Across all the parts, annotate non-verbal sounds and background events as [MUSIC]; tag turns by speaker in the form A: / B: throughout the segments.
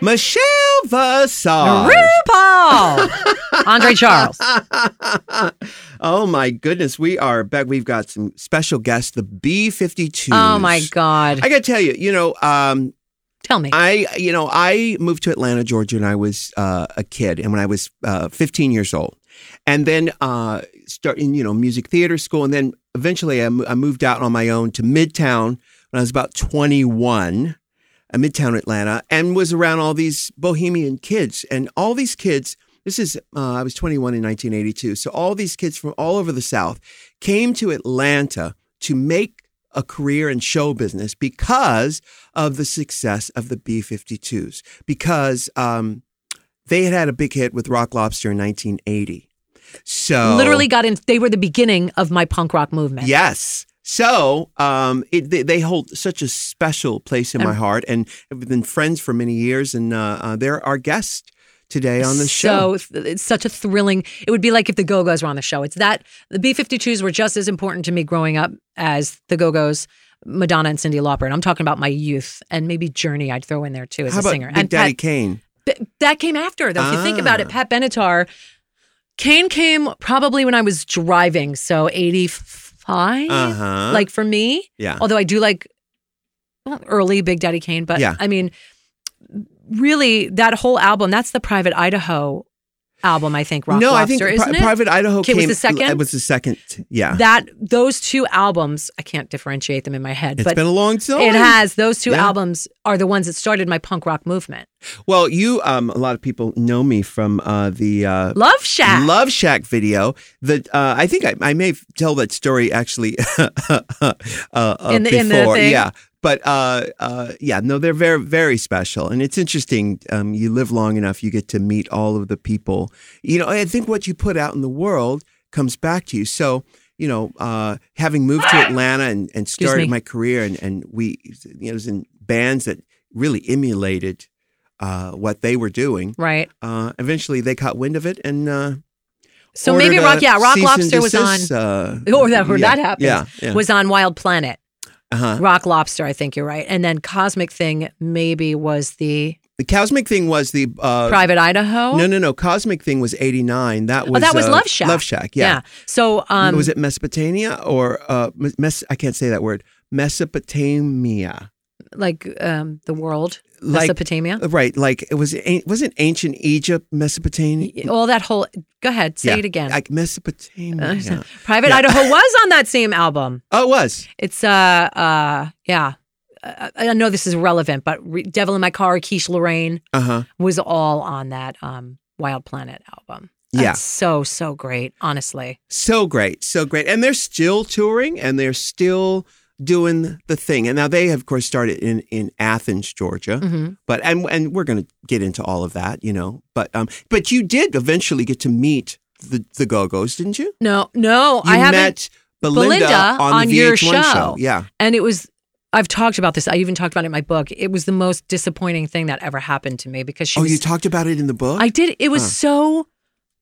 A: Michelle Visage. [LAUGHS]
B: RuPaul. Andre Charles.
A: oh my goodness, we are back. We've got some special guests, the B 52s
B: Oh my God.
A: I got to tell you, you know, um,
B: Tell me.
A: I, you know, I moved to Atlanta, Georgia, when I was uh, a kid, and when I was uh, 15 years old, and then uh, start in, you know, music theater school, and then eventually I mo- I moved out on my own to Midtown when I was about 21, uh, Midtown Atlanta, and was around all these bohemian kids, and all these kids. This is uh, I was 21 in 1982, so all these kids from all over the South came to Atlanta to make a career in show business because of the success of the B 52s, because um, they had had a big hit with Rock Lobster in 1980. So,
B: Literally got in. They were the beginning of my punk rock
A: [LAUGHS]
B: movement.
A: yes. So, um, it, they, they hold such a special place in my heart, and we've been friends for many years, and uh, uh, they're our guest today on the show.
B: So th- it's such a thrilling. It would be like if the Go Go's were on the show. It's that the B 52s were just as important to me growing up as the Go Go's, Madonna, and Cindy Lauper. And I'm talking about my youth and maybe Journey, I'd throw in there too as
A: How
B: a
A: about
B: singer.
A: Big
B: and
A: Daddy Ah.
B: Pat,
A: Kane?
B: B- that came after, though. If you think about it, Pat Benatar, Kane came probably when I was driving. So 85.
A: Uh-huh.
B: Like for me,
A: Yeah.
B: although I do like well, early Big Daddy Kane, but
A: Yeah.
B: I mean, really, that whole album, that's the Private Idaho album, I think, Rock
A: no, I
B: Lobster,
A: think Pri-
B: isn't it?
A: Private Idaho
B: Okay,
A: came.
B: was the second?
A: It was the second. Yeah,
B: that those two albums, I can't differentiate them in my head,
A: it's
B: but
A: been a long time.
B: it has those two
A: Yeah.
B: albums are the ones that started my punk rock movement.
A: Well, you, um, a lot of people know me from uh, the uh,
B: Love Shack.
A: Love Shack video. That uh, I think I, I may tell that story actually [LAUGHS] uh, uh,
B: In the-
A: before.
B: in the thing?
A: Yeah, but uh, uh, yeah, no, they're very very special, and it's interesting. Um, you live long enough, you get to meet all of the people. You know, I think what you put out in the world comes back to you. So. You know, uh, having moved
B: [GASPS]
A: to Atlanta and, and started
B: me.
A: my career, and, and we, you know, was in bands that really emulated uh, what they were doing.
B: right.
A: Uh, eventually, they caught wind of it and uh,
B: So maybe
A: ordered
B: Rock,
A: a
B: yeah, Rock
A: cease and
B: Lobster was on,
A: desist, uh,
B: or that, or
A: yeah,
B: that happened,
A: Yeah, yeah.
B: was on Wild Planet.
A: uh-huh.
B: Rock Lobster, I think you're right. And then Cosmic Thing maybe was the
A: The cosmic thing was the uh,
B: Private Idaho.
A: No, no, no. Cosmic thing was eighty nine. That was
B: oh, that was
A: uh,
B: Love Shack.
A: Love Shack. Yeah.
B: So um,
A: was it Mesopotamia or uh, mes- mes- I can't say that word. Mesopotamia.
B: like um, the world,
A: Like- uh,
B: Mesopotamia,
A: Right. Like it was. an- Wasn't ancient Egypt Mesopotamia?
B: all that whole. Go ahead, say
A: Yeah,
B: it again.
A: Like
B: Uh,
A: Mesopotamia.
B: Private
A: Yeah. [LAUGHS]
B: Idaho was on that same album.
A: oh, it was.
B: It's uh uh yeah. Uh, I I know this is relevant, but Re- Devil in My Car, Keish Lorraine
A: Uh huh.
B: was all on that um, Wild Planet album.
A: Yeah.
B: That's so so great. Honestly,
A: So great, so great. And they're still touring and they're still doing the thing. And now they have of course started in in Athens, Georgia.
B: hmm
A: But and and we're going to get into all of that, you know. But um but you did eventually get to meet the the Go-Go's, didn't you?
B: no no,
A: You
B: I haven't.
A: met Belinda,
B: Belinda
A: on,
B: on
A: the
B: your
A: VH1
B: show.
A: Yeah.
B: And it was, I've talked about this. I even talked about it in my book. It was the most disappointing thing that ever happened to me because she
A: oh,
B: was,
A: you talked about it in the book?
B: I did, it was
A: Huh.
B: so,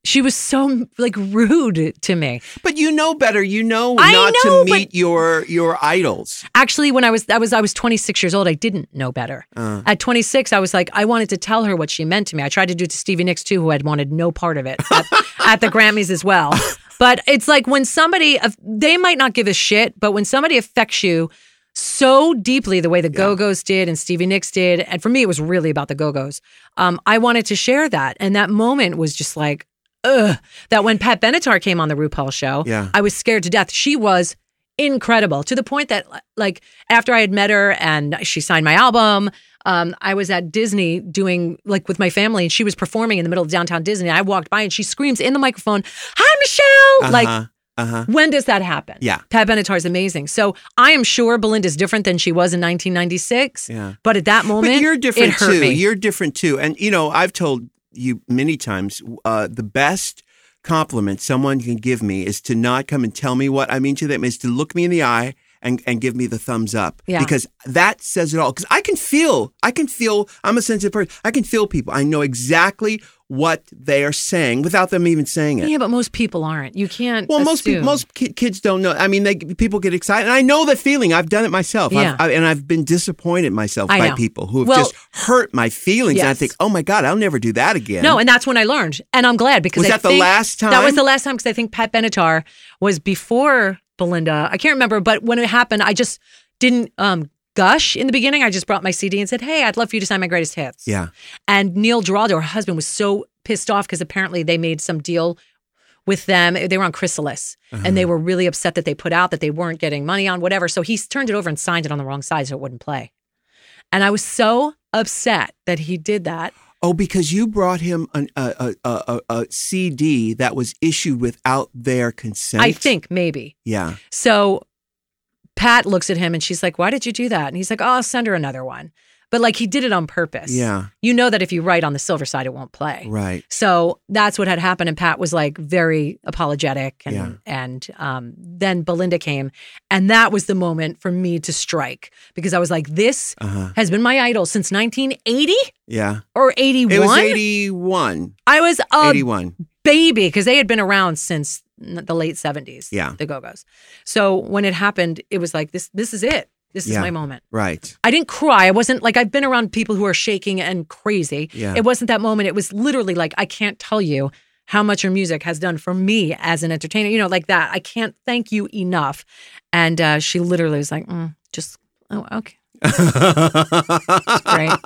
B: she was so like rude to me.
A: but you know better. You know
B: I
A: not
B: know,
A: to
B: but-
A: meet your your idols.
B: Actually, when I was, that was, I was 26 years old. I didn't know better.
A: Uh.
B: At 26, I was like, I wanted to tell her what she meant to me. I tried to do it to Stevie Nicks too, who had wanted no part of it
A: [LAUGHS]
B: at, at the Grammys as well. But it's like when somebody, they might not give a shit, but when somebody affects you so deeply the way the Go Go's did and Stevie Nicks did, and for me, it was really about the Go Go's, um, I wanted to share that. And that moment was just like, ugh, that when Pat Benatar came on the RuPaul show,
A: Yeah.
B: I was scared to death. She was incredible to the point that like after I had met her and she signed my album, um, I was at Disney doing like with my family and she was performing in the middle of downtown Disney. I walked by and she screams in the microphone, "Hi, Michelle!" Like
A: uh-huh. uh-huh.
B: when does that happen?
A: Yeah.
B: Pat Benatar is amazing. So I am sure Belinda's different than she was in 1996.
A: Yeah.
B: But at that moment,
A: But you're different
B: it hurt
A: too.
B: me.
A: You're different too. And you know, I've told you many times uh, the best compliment someone can give me is to not come and tell me what I mean to them, is to look me in the eye. And, and give me the thumbs up
B: Yeah.
A: because that says it all. Because I can feel, I can feel, I'm a sensitive person. I can feel people. I know exactly what they are saying without them even saying it.
B: Yeah, but most people aren't. You can't.
A: Well, most people,
B: assume.
A: most ki- kids don't know. I mean, they people get excited, and I know the feeling. I've done it myself,
B: Yeah.
A: I've, I, and I've been disappointed myself
B: I
A: by
B: know.
A: people who have
B: Well-
A: just hurt my feelings. And I
B: Yes.
A: think, oh my god, I'll never do that again.
B: No, and that's when I learned, and I'm glad because
A: Was
B: I
A: that the
B: think-
A: last
B: That
A: time?
B: was the last time because I think Pat Benatar was before Belinda. I can't remember, but when it happened, I just didn't um, gush in the beginning. I just brought my CD and said, "Hey, I'd love for you to sign my greatest hits."
A: yeah,
B: And Neil Giraldo, her husband, was so pissed off because apparently they made some deal with them. They were on Chrysalis and they were really upset that they put out that they weren't getting money on whatever. So he turned it over and signed it on the wrong side so it wouldn't play. And I was so upset that he did that.
A: Oh, because you brought him an, a, a, a, a a CD that was issued without their consent.
B: I think maybe.
A: Yeah.
B: So Pat looks at him and she's like, Why did you do that? And he's like, Oh, I'll send her another one. But like he did it on purpose.
A: Yeah.
B: You know that if you write on the silver side, it won't play.
A: Right.
B: So that's what had happened. And Pat was like very apologetic. And,
A: Yeah.
B: and um, then Belinda came. And that was the moment for me to strike because I was like, this
A: Uh huh.
B: has been my idol since 1980
A: Yeah.
B: or 81.
A: It was eighty-one.
B: I was a
A: Eighty-one.
B: baby because they had been around since n- the late 70s.
A: Yeah.
B: The Go Go's. So when it happened, it was like, this, this is it. This is
A: Yeah.
B: my moment. [LAUGHS]
A: Right.
B: I didn't cry. I wasn't like I've been around people who are shaking and crazy.
A: Yeah.
B: It wasn't that moment. It was literally like I can't tell you how much your music has done for me as an entertainer. You know, like that. I can't thank you enough. And uh, she literally was like, mm, just oh okay.
A: [LAUGHS] Right.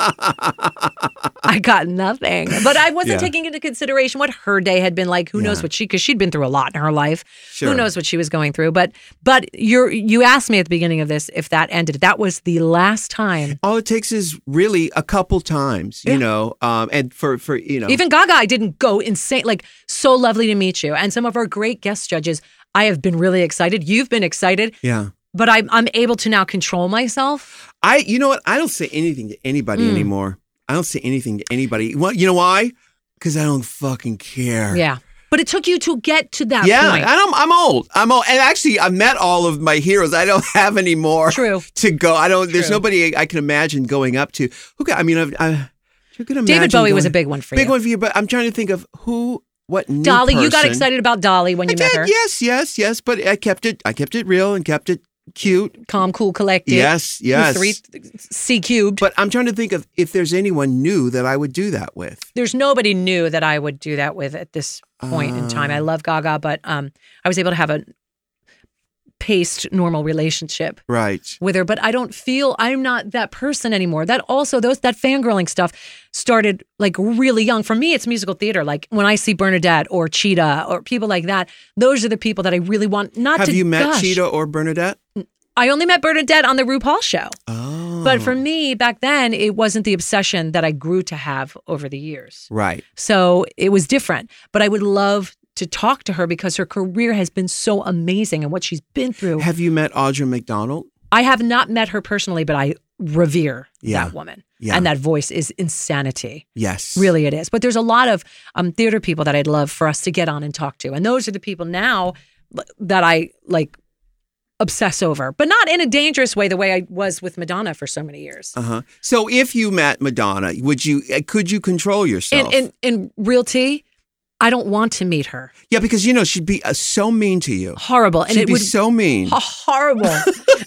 B: I got nothing. But I wasn't
A: Yeah.
B: taking into consideration what her day had been like. Who knows
A: Yeah.
B: what she because she'd been through a lot in her life.
A: Sure.
B: Who knows what she was going through? But but you're you asked me at the beginning of this if that ended. That was the last time.
A: All it takes is really a couple times, you know, um, and for for you know,
B: Even Gaga, I didn't go insane. Like, so lovely to meet you. And some of our great guest judges, I have been really excited. You've been excited,
A: yeah.
B: but I'm, I'm able to now control myself.
A: I, you know what? I don't say anything to anybody
B: Mm.
A: anymore. I don't say anything to anybody. Well, you know why? Because I don't fucking care.
B: Yeah. But it took you to get to that
A: Yeah,
B: point.
A: and I'm, I'm old. I'm old, and actually, I met all of my heroes. I don't [LAUGHS] have any more
B: True.
A: to go. I don't. There's
B: True.
A: nobody I can imagine going up to. Who? Can, I mean, I've, I, you can imagine.
B: David Bowie was
A: going-
B: a big one for
A: big
B: you.
A: one for you, but I'm trying to think of who, what new
B: Dolly, you got
A: person-
B: excited about Dolly when
A: I
B: you met
A: did.
B: her.
A: Yes, yes, yes. But I kept it. I kept it real and kept it cute.
B: Calm, cool, collected.
A: Yes, yes.
B: Three C cubed.
A: But I'm trying to think of if there's anyone new that I would do that with.
B: There's nobody new that I would do that with at this point in time. I
A: Um,
B: love Gaga, but um, I was able to have a paced, normal relationship
A: Right.
B: with her, but I don't feel I'm not that person anymore. That also those that fangirling stuff started like really young. For me, it's musical theater. Like when I see Bernadette or Cheetah or people like that, those are the people that I really want not
A: Have
B: to
A: you met
B: gush.
A: Cheetah or Bernadette?
B: I only met Bernadette on the RuPaul show.
A: Oh.
B: But for me back then, it wasn't the obsession that I grew to have over the years.
A: Right.
B: So it was different. But I would love to talk to her because her career has been so amazing and what she's been through.
A: Have you met Audra McDonald?
B: I have not met her personally, but I revere
A: Yeah.
B: that woman.
A: Yeah.
B: And that voice is insanity.
A: Yes.
B: Really, it is. But there's a lot of um, theater people that I'd love for us to get on and talk to. And those are the people now l- that I like obsess over, but not in a dangerous way, the way I was with Madonna for so many years.
A: Uh huh. So if you met Madonna, would you? uh, Could you control
B: In,
A: yourself?
B: in, in realty, I don't want to meet her.
A: yeah, because you know she'd be uh, so mean to you.
B: Horrible. And
A: she'd
B: it
A: be
B: would
A: so mean.
B: [LAUGHS] horrible.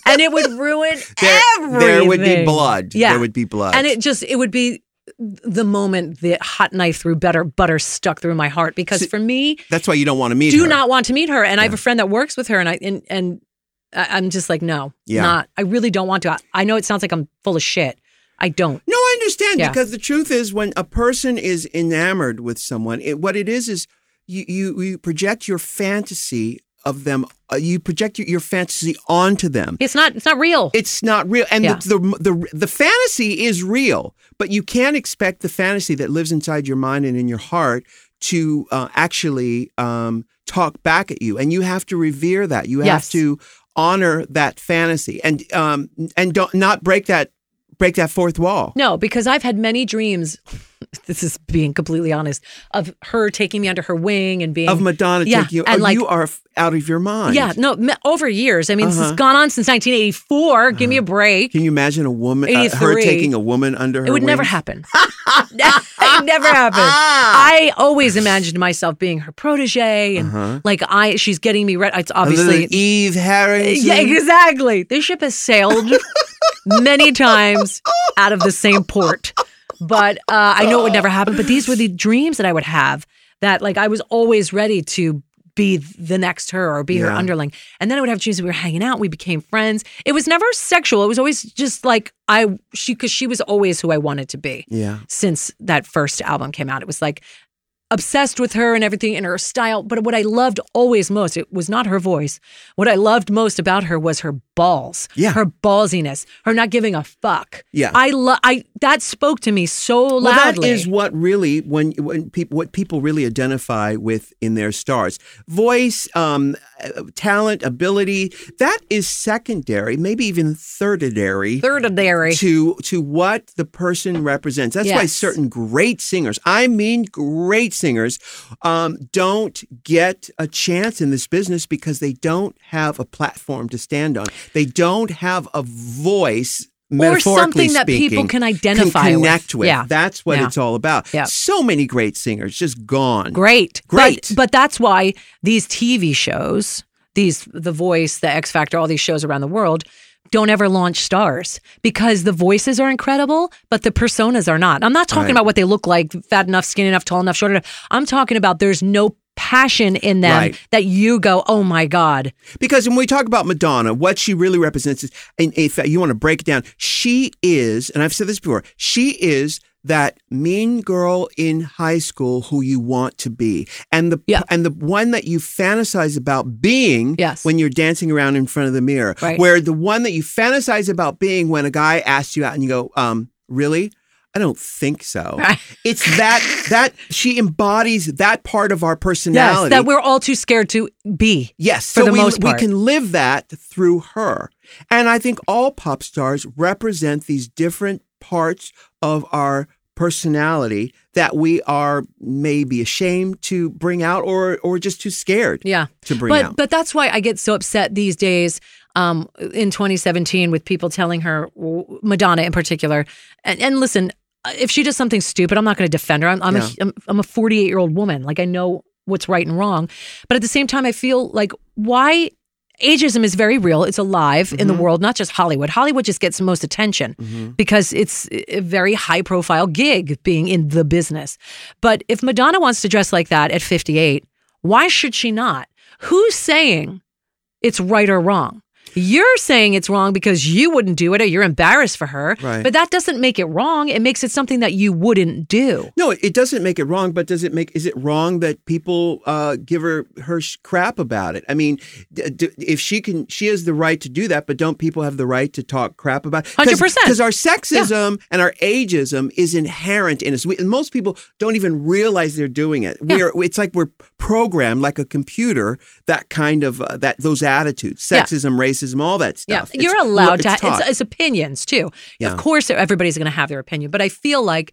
B: and it would ruin
A: There,
B: everything.
A: there would be blood.
B: Yeah.
A: There would be blood.
B: And it just it would be the moment the hot knife through better butter stuck through my heart because for me
A: That's why you don't want to meet
B: do
A: her.
B: not want to meet her. And I have a friend that works with her, and I and and I- I'm just like, no,
A: Yeah.
B: not. I really don't want to. I, I know it sounds like I'm full of shit. I don't.
A: No, I understand
B: Yeah.
A: because the truth is, when a person is enamored with someone, it, what it is is you, you you project your fantasy of them. Uh, you project your, your fantasy onto them.
B: It's not. It's not real.
A: It's not real, and
B: Yeah.
A: the, the the the fantasy is real, but you can't expect the fantasy that lives inside your mind and in your heart to uh, actually um, talk back at you, and you have to revere that. You
B: Yes.
A: have to honor that fantasy, and um, and don't not break that break that fourth wall.
B: No, because I've had many dreams. [LAUGHS] This is being completely honest of her taking me under her wing and being
A: Of Madonna
B: Mm. Yeah,
A: take you,
B: and
A: oh,
B: like-
A: you are f- out of your mind.
B: yeah no me- over years. I mean, this has
A: Uh-huh.
B: gone on since 1984. Give me a break.
A: Can you imagine a woman, uh, her
B: 83.
A: taking a woman under her?
B: It would never
A: wings?
B: happen. [LAUGHS] it never
A: [LAUGHS]
B: happened.
A: Ah.
B: I always imagined myself being her protege and
A: Uh-huh.
B: like I she's getting me ready. It's
A: Other than
B: obviously
A: Eve Harris.
B: Yeah, exactly. This ship has sailed many times out of the same port. But uh, I know it would never happen. But these were the dreams that I would have that, like, I was always ready to be the next her or be her
A: Yeah.
B: underling. And then I would have dreams that we were hanging out, we became friends. It was never sexual. It was always just like I, she, because she was always who I wanted to be
A: Yeah.
B: since that first album came out. It was like obsessed with her and everything and her style. But what I loved always most, it was not her voice. What I loved most about her was her balls.
A: Yeah.
B: Her ballsiness, her not giving a fuck.
A: Yeah.
B: I love I that spoke to me so
A: Well,
B: loudly.
A: that is what really when when people what people really identify with in their stars voice, um, uh, talent, ability. That is secondary, maybe even thirdary.
B: Thirdary.
A: to to what the person represents. That's why
B: Yes.
A: certain great singers, I mean great singers, um, don't get a chance in this business because they don't have a platform to stand on. They don't have a voice. Metaphorically
B: something that people
A: speaking,
B: can identify with.
A: connect with.
B: Yeah.
A: That's what
B: Yeah.
A: it's all about.
B: Yeah.
A: So many great singers just gone.
B: Great.
A: Great.
B: But, but that's why these TV shows, these The Voice, The X Factor, all these shows around the world don't ever launch stars because the voices are incredible, but the personas are not. I'm not talking
A: Right.
B: about what they look like, fat enough, skinny enough, tall enough, short enough. I'm talking about there's no passion in them
A: Right.
B: that you go, oh my God.
A: Because when we talk about Madonna, what she really represents is, and if you want to break it down, she is, and I've said this before, she is that mean girl in high school who you want to be, and the
B: Yeah.
A: and the one that you fantasize about being
B: Yes.
A: when you're dancing around in front of the mirror,
B: Right.
A: where the one that you fantasize about being when a guy asks you out and you go, um, really. I don't think so.
B: Right.
A: It's that that she embodies that part of our personality.
B: Yes, that we're all too scared to be.
A: Yes,
B: for
A: so
B: the
A: we,
B: most part.
A: we can live that through her. And I think all pop stars represent these different parts of our personality that we are maybe ashamed to bring out or or just too scared
B: Yeah.
A: to bring
B: but
A: out.
B: but that's why I get so upset these days. Um, in 2017, with people telling her, w- Madonna in particular, and, and listen, uh, if she does something stupid, I'm not going to defend her. I'm I'm,
A: Yeah.
B: a, I'm I'm a 48 year old woman. Like I know what's right and wrong, but at the same time, I feel like why ageism is very real. It's alive in the world, not just Hollywood. Hollywood just gets the most attention because it's a very high profile gig being in the business. But if Madonna wants to dress like that at 58, why should she not? Who's saying it's right or wrong? You're saying it's wrong because you wouldn't do it or you're embarrassed for her.
A: Right.
B: But that doesn't make it wrong. It makes it something that you wouldn't do.
A: no, it doesn't make it wrong, but does it make is it wrong that people uh, give her her sh- crap about it? I mean, d- d- if she can, she has the right to do that, but don't people have the right to talk crap about? it?
B: 100%.
A: Because our sexism and our ageism is inherent in us. We, and most people don't even realize they're doing it. We
B: Yeah.
A: are. It's like we're programmed like a computer. That kind of uh, that those attitudes,
B: Yeah.
A: sexism, racism, all that stuff.
B: Yeah, you're
A: It's-
B: allowed to.
A: it's
B: It's,
A: taught.
B: it's opinions too.
A: Yeah.
B: Of course, everybody's going to have their opinion, but I feel like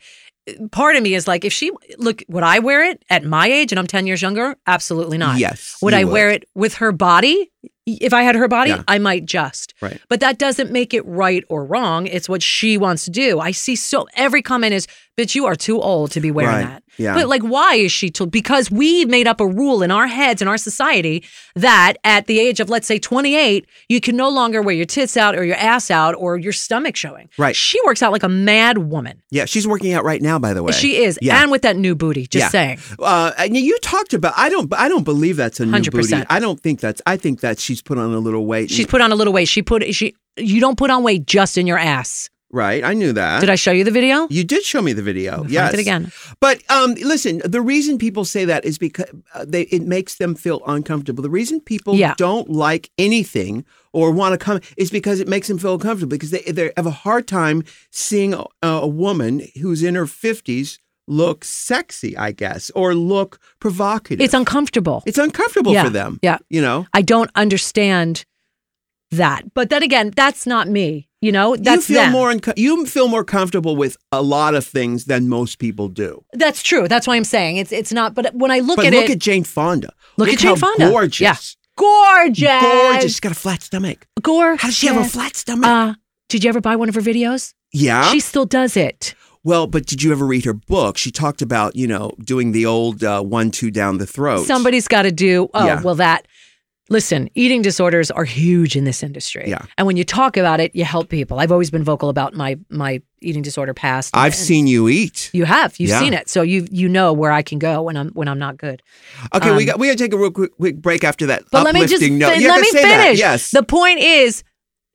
B: uh, part of me is like, if she look, would I wear it at my age and I'm ten years younger? Absolutely not.
A: Yes,
B: Would
A: you
B: I
A: would.
B: wear it with her body? If I had her body,
A: Yeah.
B: I might just.
A: Right.
B: But that doesn't make it right or wrong. It's what she wants to do. I see so every comment is, "Bitch, you are too old to be wearing
A: Right.
B: that."
A: Yeah.
B: But like, why is she told? Because we made up a rule in our heads in our society that at the age of let's say 28, you can no longer wear your tits out or your ass out or your stomach showing.
A: Right.
B: She works out like a mad woman.
A: yeah, she's working out right now. By the way,
B: She is,
A: Yeah.
B: and with that new booty. Just
A: Yeah.
B: saying.
A: Uh, and you talked about I don't I don't believe that's a new booty.
B: 100%.
A: I don't think that's I think that she's put on a little weight.
B: She's put on a little weight. She put she. You don't put on weight just in your ass.
A: right. I knew that.
B: Did I show you the video?
A: You did show me the video.
B: find
A: Yes.
B: it again.
A: But um, listen, the reason people say that is because uh, they it makes them feel uncomfortable. The reason people
B: Yeah.
A: don't like anything or want to come is because it makes them feel uncomfortable because they they have a hard time seeing a, a woman who's in her fifties look sexy, I guess, or look provocative.
B: It's uncomfortable.
A: it's uncomfortable
B: Yeah.
A: for them.
B: Yeah.
A: You know.
B: I don't understand that. But then again, that's not me. You know, that's
A: you feel
B: them.
A: more unco- you feel more comfortable with a lot of things than most people do.
B: That's true. That's why I'm saying it's it's not. But when I look
A: But
B: at
A: look
B: it,
A: at Jane Fonda.
B: Look at Jane
A: how
B: Fonda.
A: Gorgeous.
B: Yeah. gorgeous,
A: Gorgeous. She's got a flat stomach.
B: gorgeous.
A: How does she have a flat stomach?
B: Uh, did you ever buy one of her videos?
A: yeah.
B: She still does it.
A: well, but did you ever read her book? She talked about, you know, doing the old uh, one, two down the throat.
B: Somebody's got to do. Oh,
A: Yeah.
B: well, that. Listen, eating disorders are huge in this industry.
A: Yeah.
B: And when you talk about it, you help people. I've always been vocal about my my eating disorder past.
A: I've
B: And
A: seen you eat.
B: You have. You've
A: Yeah.
B: seen it. So you you know where I can go when I'm when I'm not good.
A: Okay, we
B: Um,
A: got we gotta take a real quick, quick break after that.
B: But let me just
A: uplifting note.
B: fin-
A: You have
B: let me
A: to say that,
B: finish.
A: Yes.
B: The point is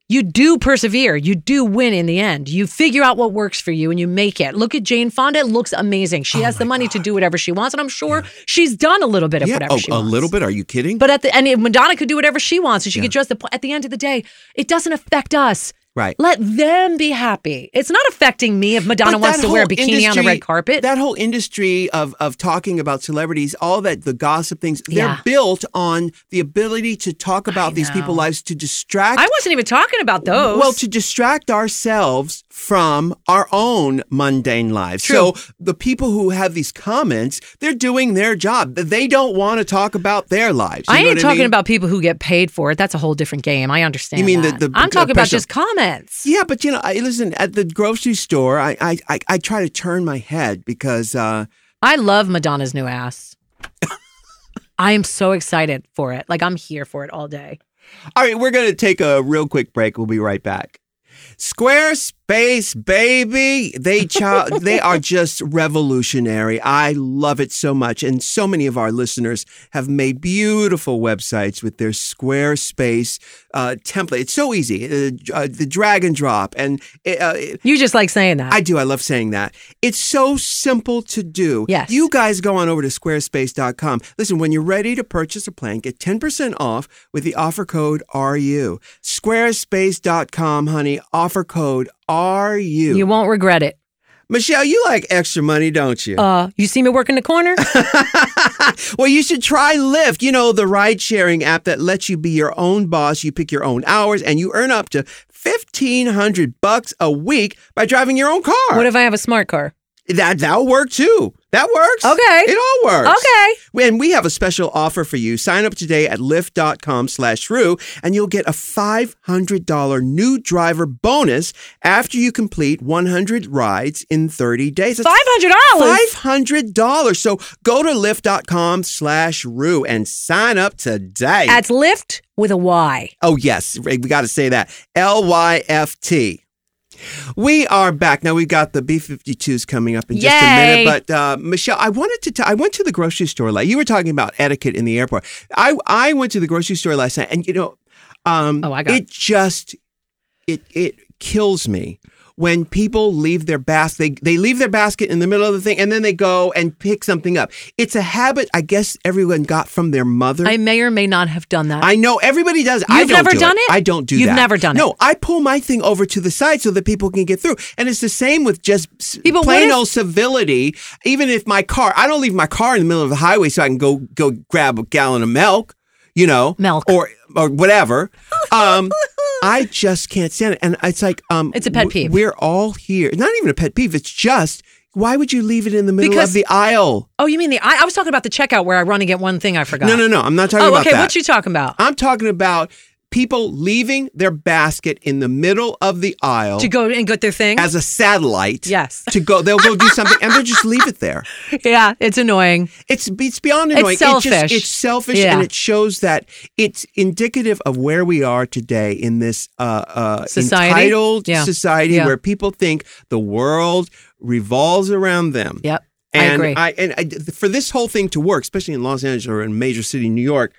B: you do persevere. You do win in the end. You figure out what works for you and you make it. Look at Jane Fonda. It looks amazing. She
A: Oh
B: has the
A: my
B: money to do whatever she wants. And I'm sure she's done a little bit of
A: yeah.
B: whatever
A: Oh,
B: she
A: a
B: wants.
A: little bit. Are you kidding?
B: But at the and Madonna could do whatever she wants and she
A: Yeah.
B: could dress the at the end of the day, it doesn't affect us.
A: right.
B: Let them be happy. It's not affecting me if Madonna
A: But
B: wants
A: that
B: to wear a
A: whole
B: bikini on the
A: industry-
B: red carpet.
A: That whole industry of of talking about celebrities, all that the gossip things, they're
B: Yeah.
A: built on the ability to talk about these people's
B: know.
A: lives to distract
B: I wasn't even talking about those.
A: Well, to distract ourselves from our own mundane lives.
B: True.
A: So the people who have these comments, they're doing their job. They don't want to talk about their lives. You
B: I
A: know
B: ain't
A: what
B: talking
A: mean?
B: about people who get paid for it. That's a whole different game. I understand.
A: You mean the-
B: that.
A: the-
B: I'm
A: the
B: talking about
A: pressure.
B: just comments.
A: Yeah, but you know, I listen at the grocery store. I I I, I try to turn my head because uh,
B: I love Madonna's new ass. I am so excited for it. Like I'm here for it all day.
A: All right, we're going to take a real quick break. We'll be right back. Squarespace, baby. They chi- they are just revolutionary. I love it so much. And so many of our listeners have made beautiful websites with their Squarespace uh, template. It's so easy. Uh, uh, the drag and drop. And uh,
B: You just like saying that.
A: I do. I love saying that. It's so simple to do.
B: Yes.
A: You guys go on over to squarespace.com. Listen, when you're ready to purchase a plan, get 10% off with the offer code RU. Squarespace.com, honey. Offer code RU.
B: you won't regret it.
A: Michelle, you like extra money, don't you?
B: Uh, you see me work in the corner?
A: [LAUGHS] well, you should try Lyft, you know, the ride sharing app that lets you be your own boss. You pick your own hours and you earn up to 1500 bucks a week by driving your own car.
B: what if I have a smart car?
A: That that'll work too. That works.
B: Okay.
A: It all works.
B: Okay.
A: And we have a special offer for you. Sign up today at lyft.com slash rue and you'll get a $500 new driver bonus after you complete 100 rides in 30 days. That's
B: Five hundred dollars.
A: $500. So go to lyft.com slash rue and sign up today.
B: That's Lyft with a Y.
A: Oh, yes. We got to say that. L Y F T. We are back. Now, we've got the B 52s coming up in just a
B: Yay.
A: minute. But, uh, Michelle, I wanted to tell, I went to the grocery store. Like, you were talking about etiquette in the airport. I, I went to the grocery store last night, and, you know, um,
B: Oh, I got-
A: it just, it, it kills me. When people leave their basket, they, they leave their basket in the middle of the thing and then they go and pick something up. It's a habit I guess everyone got from their mother.
B: I may or may not have done that.
A: I know everybody does. I
B: You've
A: don't
B: never
A: do
B: done it?
A: I don't do
B: You've
A: that.
B: never done it.
A: No, I pull my thing over to the side so that people can get through. And it's the same with just s-
B: Yeah, but what
A: plain
B: if-
A: old civility. Even if my car, I don't leave my car in the middle of the highway so I can go go grab a gallon of milk, you know,
B: Milk.
A: or or whatever.
B: [LAUGHS]
A: Um, I just can't stand it. And it's like, um,
B: It's a pet
A: w-
B: peeve.
A: We're all here. Not even a pet peeve. It's just why would you leave it in the middle of
B: Because-
A: the aisle?
B: oh, you mean the I, I was talking about the checkout where I run and get one thing I forgot.
A: No, no, no. I'm not talking
B: Oh,
A: about
B: okay.
A: that.
B: What you talking about?
A: I'm talking about people leaving their basket in the middle of the aisle
B: to go and get their thing?
A: as a satellite.
B: Yes.
A: To go, they'll go do something and they'll just leave it there.
B: [LAUGHS] yeah, it's annoying.
A: It's it's beyond
B: It's
A: annoying. It
B: selfish.
A: just, it's selfish,
B: Yeah.
A: and it shows that it's indicative of where we are today in this uh, uh,
B: Society?
A: entitled
B: Yeah.
A: society
B: Yeah.
A: where people think the world revolves around them.
B: Yep.
A: And
B: I agree.
A: and I, for this whole thing to work, especially in Los Angeles or in major city New York,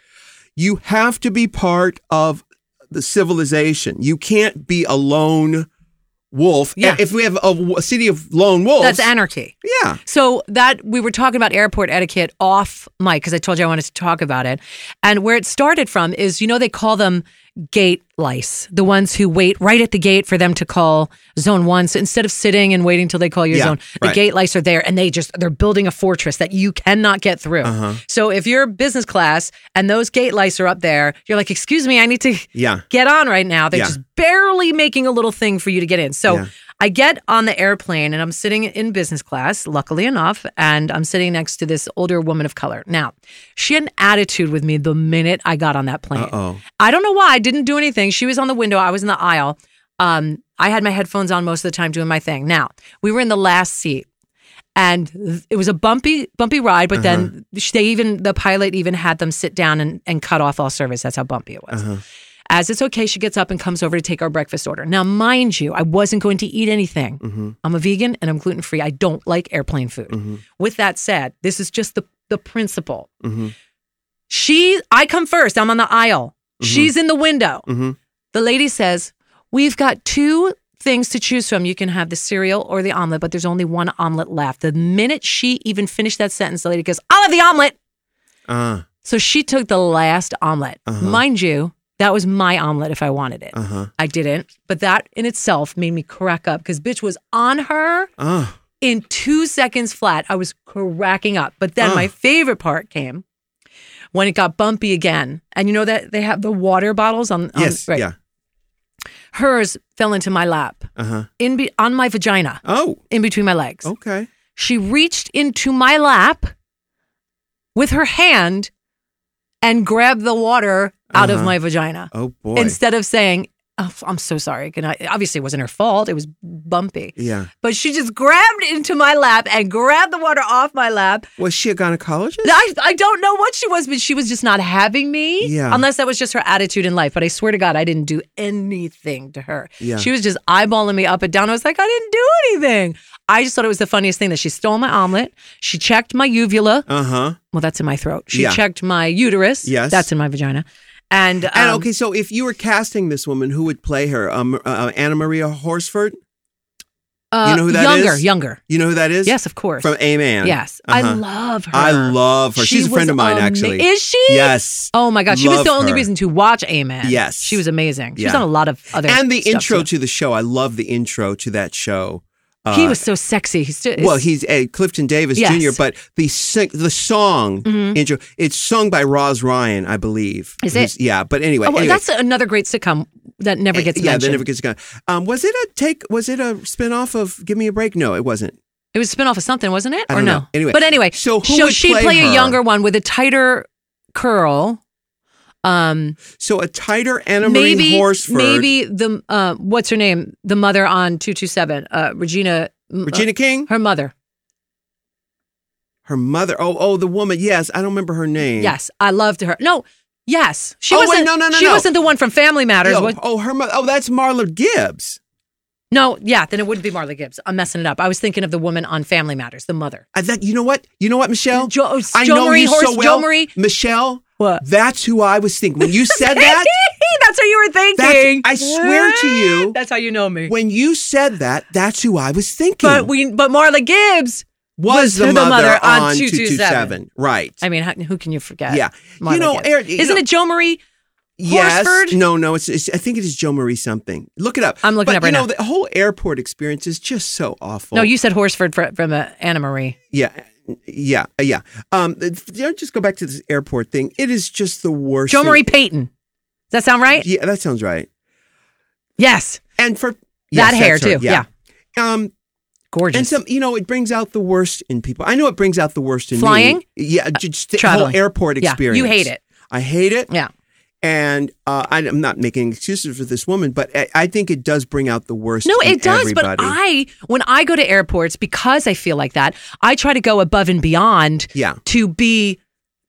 A: you have to be part of the civilization. You can't be a lone wolf.
B: Yeah.
A: If we have a, w- a city of lone wolves,
B: That's anarchy.
A: yeah.
B: So that we were talking about airport etiquette off mic because I told you I wanted to talk about it, and where it started from is you know they call them gate lice, the ones who wait right at the gate for them to call zone one. So instead of sitting and waiting till they call your
A: Yeah,
B: zone, the
A: right.
B: gate lice are there and they just, they're building a fortress that you cannot get through.
A: Uh-huh.
B: So if you're business class and those gate lice are up there, you're like, excuse me, I need to
A: Yeah.
B: get on right now. They're
A: Yeah.
B: just barely making a little thing for you to get in. So
A: Yeah.
B: I get on the airplane and I'm sitting in business class, luckily enough, and I'm sitting next to this older woman of color. Now, she had an attitude with me the minute I got on that plane.
A: Uh-oh.
B: I don't know why. I didn't do anything. She was on the window, I was in the aisle. Um, I had my headphones on most of the time doing my thing. Now, we were in the last seat and th- it was a bumpy bumpy ride but then sh they even the pilot even had them sit down and, and cut off all service that's how bumpy it was as it's okay she gets up and comes over to take our breakfast order now mind you i wasn't going to eat anything i'm a vegan and i'm gluten-free i don't like airplane food with that said this is just the the principle
A: Mm-hmm.
B: she i come first i'm on the aisle she's in the window
A: Mhm.
B: the lady says we've got two things to choose from you can have the cereal or the omelet but there's only one omelet left the minute she even finished that sentence the lady goes i'll have the omelet
A: Uh
B: so she took the last omelet
A: Uh-huh.
B: mind you that was my omelet if i wanted it
A: huh.
B: i didn't but that in itself made me crack up because bitch was on her
A: Uh.
B: in two seconds flat, I was cracking up. But then
A: Ugh.
B: my favorite part came when it got bumpy again. And you know that they have the water bottles on, on
A: Yes.
B: Um, right.
A: Yeah.
B: Hers fell into my lap,
A: Uh huh.
B: in be- on my vagina,
A: Oh.
B: in between my legs.
A: Okay.
B: She reached into my lap with her hand and grabbed the water out of
A: Uh-huh.
B: my vagina
A: Oh boy.
B: instead of saying, oh, I'm so sorry. Good night. Obviously, it wasn't her fault. It was bumpy.
A: yeah.
B: But she just grabbed into my lap and grabbed the water off my lap
A: Was she a gynecologist?
B: I, I don't know what she was, but she was just not having me.
A: Yeah.
B: Unless that was just her attitude in life. But I swear to God, I didn't do anything to her.
A: Yeah.
B: She was just eyeballing me up and down. I was like, I didn't do anything. I just thought it was the funniest thing that she stole my omelet. She checked my uvula.
A: Uh huh.
B: Well, that's in my throat. She
A: Yeah.
B: checked my uterus.
A: Yes.
B: That's in my vagina. And, um,
A: And okay, so if you were casting this woman, who would play her? Um, uh, Anna Maria Horsford.
B: uh,
A: you know who that
B: younger,
A: is?
B: younger.
A: You know who that is?
B: Yes, of course.
A: From A Man.
B: yes. I
A: Uh-huh.
B: love her.
A: I love her.
B: She
A: She's a friend
B: was
A: of mine,
B: ama-
A: actually.
B: Is she?
A: yes.
B: Oh my God. She was
A: Love
B: the only
A: her.
B: reason to watch Amen.
A: Yes.
B: She was amazing. She was
A: Yeah.
B: on a lot of other
A: And the
B: stuff,
A: intro
B: too.
A: to the show. I love the intro to that show. Uh,
B: he was so sexy. He's still,
A: well, he's uh, Clifton Davis
B: Yes.
A: Jr.,
B: Mm-hmm.
A: but the sing- the song intro, it's sung by Roz Ryan, I believe.
B: Is it?
A: Who's- Yeah, but anyway,
B: Oh, well,
A: anyway. Eh,
B: that's another great sitcom that never gets
A: yeah, that
B: mentioned.
A: never gets gone. Um, was it a take? Was it a spinoff of Give Me a Break? No, it wasn't.
B: it was a spin off of something, wasn't it?
A: I
B: or
A: don't
B: no?
A: know. Anyway,
B: but anyway,
A: so who would
B: she'd
A: play
B: play a
A: her?
B: younger one with a tighter curl. Um,
A: So a tighter Anna Marie
B: maybe
A: Horsford,
B: maybe the uh, what's her name? The mother on two two seven, uh, Regina. m-
A: Regina King,
B: uh, her mother.
A: her mother. Oh, oh, the woman. Yes, I don't remember her name.
B: Yes, I loved her. No, yes, she
A: Oh, wait,
B: wasn't.
A: no, no, no,
B: she
A: no.
B: wasn't the one from Family Matters.
A: Oh,
B: was-
A: oh, her mother. Oh, that's Marla Gibbs.
B: No, yeah, then it wouldn't be Marla Gibbs. I'm messing it up. I was thinking of the woman on Family Matters, the mother.
A: I that you know what? You know what, Michelle?
B: Jo,
A: I
B: Jo
A: know
B: Marie
A: you
B: Horse,
A: so well,
B: Jo Marie.
A: Michelle.
B: [LAUGHS] What?
A: That's who I was thinking when you
B: [LAUGHS]
A: said that.
B: that's what you were
A: That's,
B: thinking.
A: I swear to you,
B: [LAUGHS] That's how you know me.
A: when you said that, that's who I was thinking.
B: but we, but Marla Gibbs.
A: was
B: to
A: the
B: the
A: mother,
B: mother on
A: on
B: 227.
A: 227. Right.
B: I mean, how- who can you forget?
A: Yeah.
B: Marla
A: You know,
B: Gibbs.
A: Eric, you
B: isn't
A: know-
B: it Jo Marie?
A: Yes.
B: Horsford?
A: No, no. It's, it's. I think it is Joe Marie something. Look it up.
B: I'm looking
A: but,
B: it up right
A: you know,
B: now.
A: the whole airport experience is just so awful.
B: No, you said Horsford fr- from uh, Anna Marie.
A: Yeah. Yeah. Yeah. Um. th- you know, Just go back to this airport thing. It is just the worst.
B: Jo
A: thing.
B: Marie Payton. Does that sound right?
A: Yeah, that sounds right.
B: Yes,
A: And for
B: that
A: yes,
B: hair
A: that's her,
B: too. Yeah,
A: Um.
B: gorgeous.
A: And some, you know, it brings out the worst in people. I know it brings out the worst in me.
B: Flying? Uh,
A: Yeah, ju- just the
B: traveling.
A: whole airport
B: Yeah,
A: experience.
B: you hate it.
A: I hate it.
B: Yeah.
A: And uh, I- I'm not making excuses for this woman, but uh, I, I think it does bring out the worst.
B: No,
A: in
B: it does. But
A: everybody.
B: I, when I go to airports, because I feel like that, I try to go above and beyond
A: Yeah.
B: to be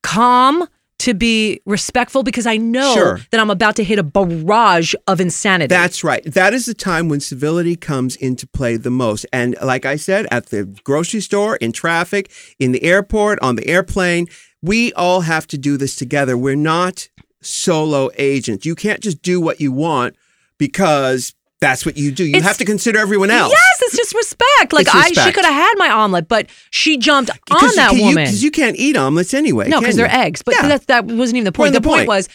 B: calm, to be respectful, because I know
A: Sure.
B: that I'm about to hit a barrage of insanity.
A: That's right. That is the time when civility comes into play the most. And like I said, at the grocery store, in traffic, in the airport, on the airplane, we all have to do this together. We're not solo agents. You can't just do what you want because that's what you do. You
B: It's-
A: have to consider everyone else.
B: yes, it's just respect. Like
A: It's
B: I, she
A: respect.
B: could have had my omelet, but she jumped on
A: 'Cause
B: that
A: you,
B: woman.
A: Because you can't eat omelets anyway.
B: no,
A: can
B: because they're
A: you?
B: eggs. But
A: Yeah.
B: that that wasn't even the point.
A: Wasn't the
B: The, point
A: point.
B: was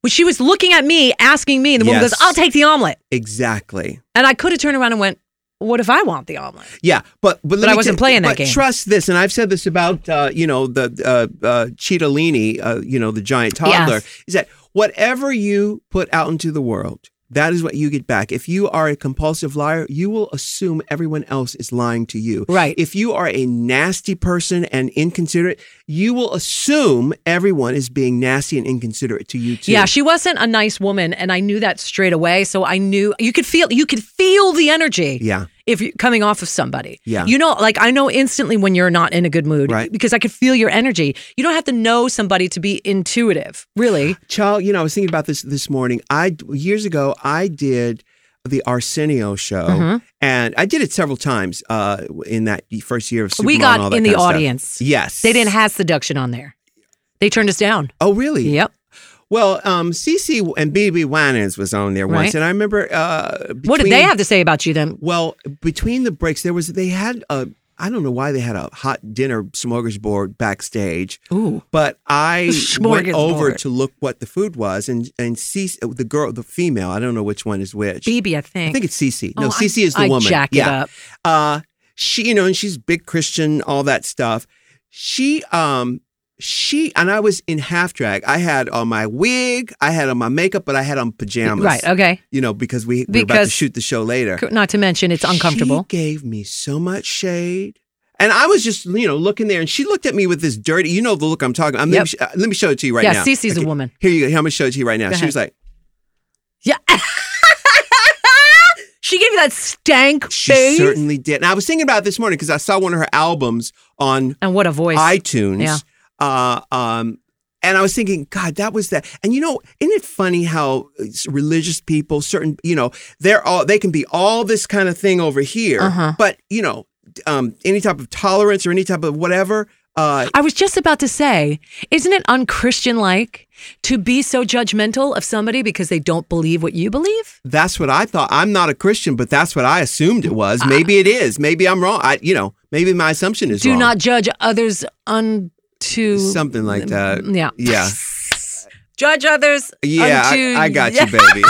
B: When she was looking at me, asking me, and the woman
A: Yes.
B: goes, I'll take the omelet.
A: Exactly.
B: And I could have turned around and went, What if I want the omelet?
A: Yeah, but but, let
B: I
A: me
B: wasn't
A: tell-
B: playing that
A: but
B: game.
A: Trust this, and I've said this about uh, you know the uh, uh, Cheetolini, uh, you know the giant toddler.
B: Yes.
A: Is that whatever you put out into the world, that is what you get back. If you are a compulsive liar, you will assume everyone else is lying to you.
B: Right.
A: If you are a nasty person and inconsiderate, you will assume everyone is being nasty and inconsiderate to you too.
B: Yeah, she wasn't a nice woman, and I knew that straight away. So I knew you could feel you could feel the energy.
A: Yeah.
B: if you coming off of somebody.
A: Yeah.
B: you know, like I know instantly when you're not in a good mood,
A: Right.
B: Because I could feel your energy. You don't have to know somebody to be intuitive,
A: [SIGHS]
B: really.
A: Child, you know, I was thinking about this this morning. I years ago, I did the Arsenio show,
B: Mm-hmm.
A: and I did it several times uh, in that first year of Supermodel.
B: we
A: and all
B: got
A: that
B: in the
A: kind of stuff.
B: audience.
A: Yes,
B: They didn't have seduction on there. They turned us down.
A: Oh, really?
B: Yep.
A: Well, um, Cece and BB Winans was on there once,
B: Right.
A: and I remember. Uh, between,
B: What did they have to say about you then?
A: Well, between the breaks, there was they had a. I don't know why they had a hot dinner smorgasbord backstage.
B: Ooh.
A: But
B: [LAUGHS]
A: I went
B: Smorgasbord.
A: over to look what the food was, and and Cece, the girl, the female, I don't know which one is which.
B: BB, I think.
A: I think it's Cece. No,
B: Oh, I-
A: Cece is the
B: I
A: woman.
B: jack it
A: yeah.
B: up.
A: Uh, she, you know, and she's big Christian, all that stuff. She, um, she, and I was in half drag. I had on my wig, I had on my makeup, but I had on pajamas.
B: Right. Okay.
A: You know, because we, we were about to
B: Because-
A: shoot the show later.
B: Not to mention, it's uncomfortable.
A: She gave me so much shade. And I was just, you know, looking there, and she looked at me with this dirty, you know, the look I'm talking. I'm, let,
B: Yep.
A: me sh- uh, let me show it to you right
B: yeah,
A: now.
B: Cece's
A: Okay,
B: a woman.
A: Here you go. Here, I'm gonna show it to you right now.
B: Go
A: she was like,
B: Yeah. [LAUGHS] she gave you that stank
A: she
B: face.
A: certainly did. And I was thinking about it this morning because I saw one of her albums on
B: and what a voice.
A: iTunes.
B: Yeah.
A: Uh, um, and I was thinking, God, that was that. And you know, isn't it funny how uh, religious people, certain, you know, they're all they can be all this kind of thing over here,
B: Uh-huh.
A: but you know, um, any type of tolerance or any type of whatever. Uh,
B: I was just about to say, isn't it unchristian like to be so judgmental of somebody because they don't believe what you believe?
A: that's what I thought. I'm not a Christian, but that's what I assumed it
B: Uh,
A: was. Maybe it is. Maybe I'm wrong. I, you know, maybe my assumption is
B: Do
A: wrong.
B: not judge others unto
A: something like that.
B: Yeah. [LAUGHS]
A: Yeah.
B: Judge others
A: Yeah,
B: unto
A: I, I got
B: [LAUGHS] Yeah.
A: you, baby.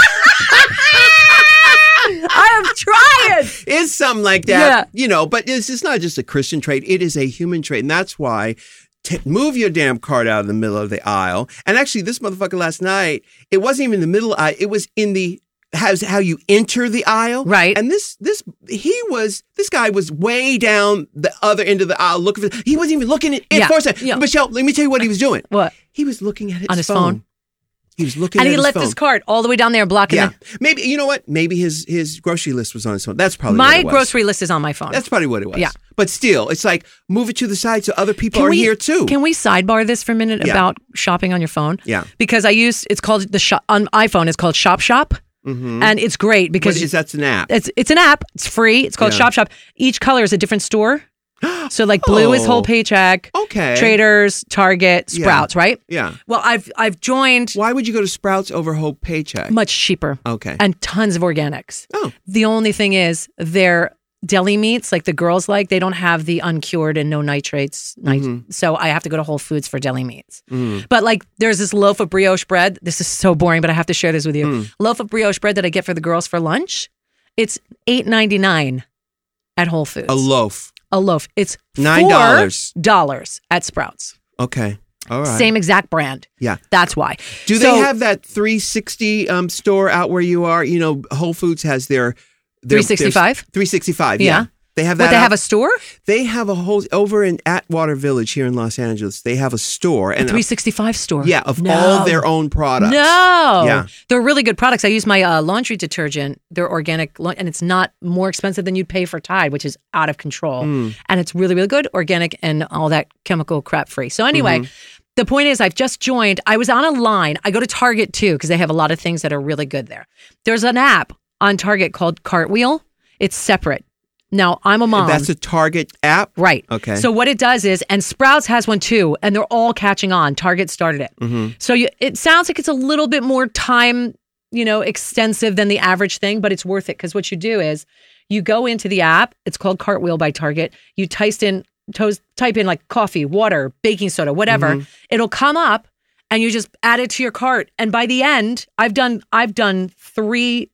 B: I am trying.
A: It's something like that, you know. But it's, it's not just a Christian trait; it is a human trait, and that's why t- move your damn cart out of the middle of the aisle. And actually, this motherfucker last night, it wasn't even in the middle aisle; it was in the how's how you enter the aisle,
B: Right.
A: And this this he was this guy was way down the other end of the aisle looking for. He wasn't even looking at it
B: Yeah,
A: for a second.
B: yeah.
A: Michelle, let me tell you what he was doing.
B: What?
A: He was looking at his
B: On his
A: phone.
B: phone.
A: He was looking
B: And
A: at
B: he
A: his
B: left
A: phone.
B: his cart all the way down there blocking
A: yeah,
B: the
A: maybe you know what? Maybe his his grocery list was on his phone. That's probably what
B: my
A: Oh, it was.
B: grocery list is on my phone.
A: That's probably what it was.
B: Yeah.
A: But still, it's like move it to the side so other people are here too.
B: Can we sidebar this for a minute
A: Yeah.
B: about shopping on your phone?
A: Yeah.
B: Because I use it's called the shop on iPhone. It's called Shop Shop, and it's great
A: Mm-hmm. But
B: because
A: is that's an app.
B: it's it's an app. It's free. It's called
A: Yeah.
B: Shop Shop. Each color is a
A: [GASPS]
B: different store. So like blue is
A: Oh.
B: Whole Paycheck,
A: Okay.
B: Traders, Target,
A: Yeah.
B: Sprouts, right?
A: Yeah.
B: Well, I've I've joined
A: Why would you go to Sprouts over whole paycheck?
B: much cheaper
A: okay.
B: and tons of organics.
A: oh.
B: The only thing is their deli meats, like the girls like, they don't have the uncured and no nitrates. Nit-
A: Mm-hmm.
B: So I have to go to Whole Foods for deli meats.
A: Mm.
B: But like, there's this loaf of brioche bread. This is so boring, but I have to share this with you.
A: Mm.
B: Loaf of brioche bread that I get for the girls for lunch. It's eight ninety nine at Whole Foods.
A: A loaf.
B: a loaf. It's
A: Nine dollars.
B: dollars at Sprouts.
A: Okay. All right.
B: Same exact brand.
A: Yeah.
B: That's why.
A: Do
B: So-
A: they have that 360 um, store out where you are? You know, Whole Foods has their, their their-
B: 365?
A: 365.
B: Yeah.
A: Yeah. They have that.
B: What they
A: out-
B: have a store?
A: they have a whole over in Atwater Village here in Los Angeles. They have a store and
B: Three sixty five store.
A: yeah of
B: No.
A: all their own products.
B: No.
A: Yeah.
B: They're really good products. I use my uh, laundry detergent. They're organic, lau- and it's not more expensive than you'd pay for Tide, which is out of control.
A: Hmm.
B: And it's really, really good, organic, and all that chemical crap free. So, anyway,
A: Mm-hmm.
B: the point is, I've just joined. I was on a line. I go to Target too, because they have a lot of things that are really good there. There's an app on Target called Cartwheel, it's separate. Now, I'm a mom.
A: That's a Target app.
B: Right.
A: Okay.
B: So what it does is, and Sprouts has one too, and they're all catching on. Target started it. So you, it sounds like it's a little bit more time, you know, extensive than the average thing, but it's worth it because what you do is you go into the app. It's called Cartwheel by Target. You type in, toes, type in like coffee, water, baking soda, whatever. It'll come up. and you just add it to your cart. And by the end, I've done I've done three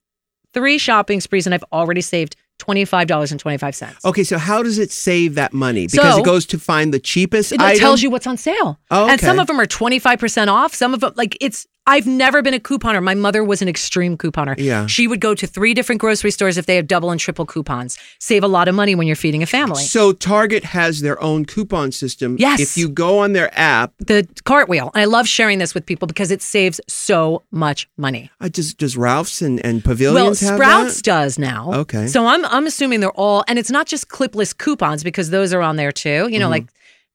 B: three shopping sprees and I've already saved twenty five dollars and twenty five cents.
A: Okay, so how does it save that money? Because
B: So-
A: it goes to find the cheapest
B: It
A: item.
B: tells you what's on sale.
A: Oh,
B: And some
A: okay.
B: of them are 25% off. Some of them, like, it's, I've never been a couponer. My mother was an extreme couponer.
A: Yeah.
B: She would go to three different grocery stores if they have double and triple coupons. Save a lot of money when you're feeding a family.
A: So Target has their own coupon system.
B: Yes.
A: If you go on their app,
B: The cartwheel. And I love sharing this with people because it saves so much money.
A: I just uh, does Ralph's and, and
B: Well,
A: Pavilions have
B: Sprouts
A: that?
B: does now.
A: Okay.
B: So I'm I'm assuming they're all, and it's not just clipless coupons because those are on there too.
A: Mm-hmm.
B: You know, like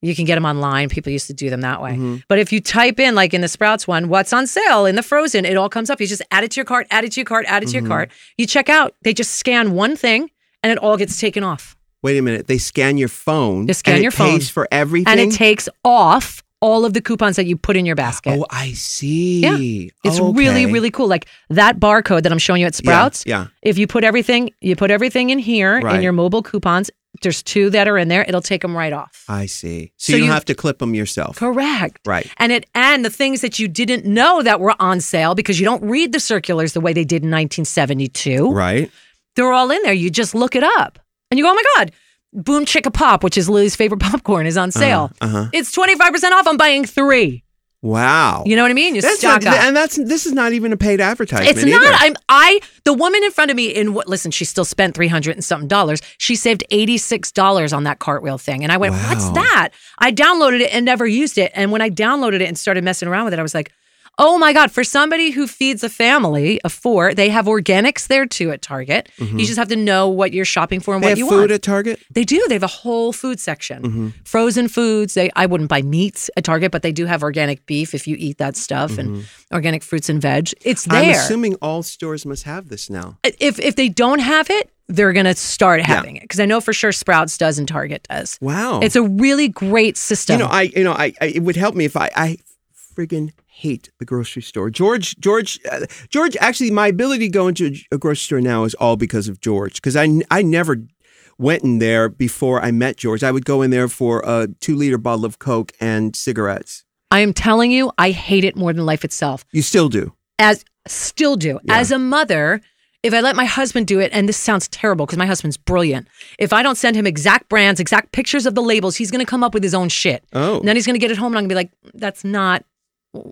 B: you can get them online. People used to do them that way. But if you type in, like in the Sprouts one, what's on sale in the frozen, it all comes up. You just add it to your cart, add it to your cart, add it to your
A: Mm-hmm.
B: cart. You check out. They just scan one thing, and it all gets taken off,
A: Wait a minute. They scan your phone.
B: They scan
A: and
B: your
A: it
B: phone.
A: Pays for everything.
B: and it takes off all of the coupons that you put in your basket.
A: Oh, I see.
B: It's really,
A: Okay.
B: really cool. Like that barcode that I'm showing you at
A: Yeah,
B: Sprouts.
A: Yeah.
B: If you put everything, you put everything in here
A: Right.
B: in your mobile coupons. There's two that are in there. It'll take them right off.
A: I see. So,
B: So
A: you don't
B: you-
A: have to clip them yourself.
B: Correct.
A: Uh, Right.
B: And it and the things that you didn't know that were on sale because you don't read the circulars the way they did in 1972.
A: Right.
B: They're all in there. You just look it up and you go, oh my god, Boom Chicka Pop, which is Lily's favorite popcorn, is on sale.
A: Uh huh.
B: It's 25 percent off. I'm buying three.
A: Wow.
B: You know what I mean? You
A: that's
B: stock
A: not,
B: up.
A: and that's this is not even a paid advertisement.
B: It's not.
A: either.
B: I'm. I. The woman in front of me in what? Listen, she still spent three hundred and something dollars. She saved eighty six dollars on that cartwheel thing, and I went, "What's
A: Wow.
B: that?" I downloaded it and never used it. And when I downloaded it and started messing around with it, I was like, "Oh my god!" For somebody who feeds a family of four, they have organics there too at Target. You just have to know what you're shopping for and
A: Mm-hmm. They
B: what
A: have
B: you
A: food
B: want.
A: at Mm-hmm. Target.
B: They do. They have a whole food section. Frozen foods. They I wouldn't buy meats at Target, but they do have organic beef if you eat that stuff and organic fruits and veg. It's there.
A: Mm-hmm. I'm assuming all stores must have this now.
B: if if they don't have it, they're gonna start having it because I know for sure Sprouts does and Target does.
A: Wow.
B: It's a really great system.
A: you know I you know I, I it would help me if I I friggin hate the grocery store. George George uh, George actually my ability to go into a grocery store now is all because of George because I n- I never went in there before I met George. I would go in there for a 2 liter bottle of coke and cigarettes.
B: I am telling you, I hate it more than life itself.
A: You still do.
B: As still do as a mother. If I let my husband do it, and this sounds terrible because my husband's brilliant. If I don't send him exact brands, exact pictures of the labels, he's going to come up with his own shit.
A: Oh.
B: And then he's going to get it home and I'm going to be like, that's not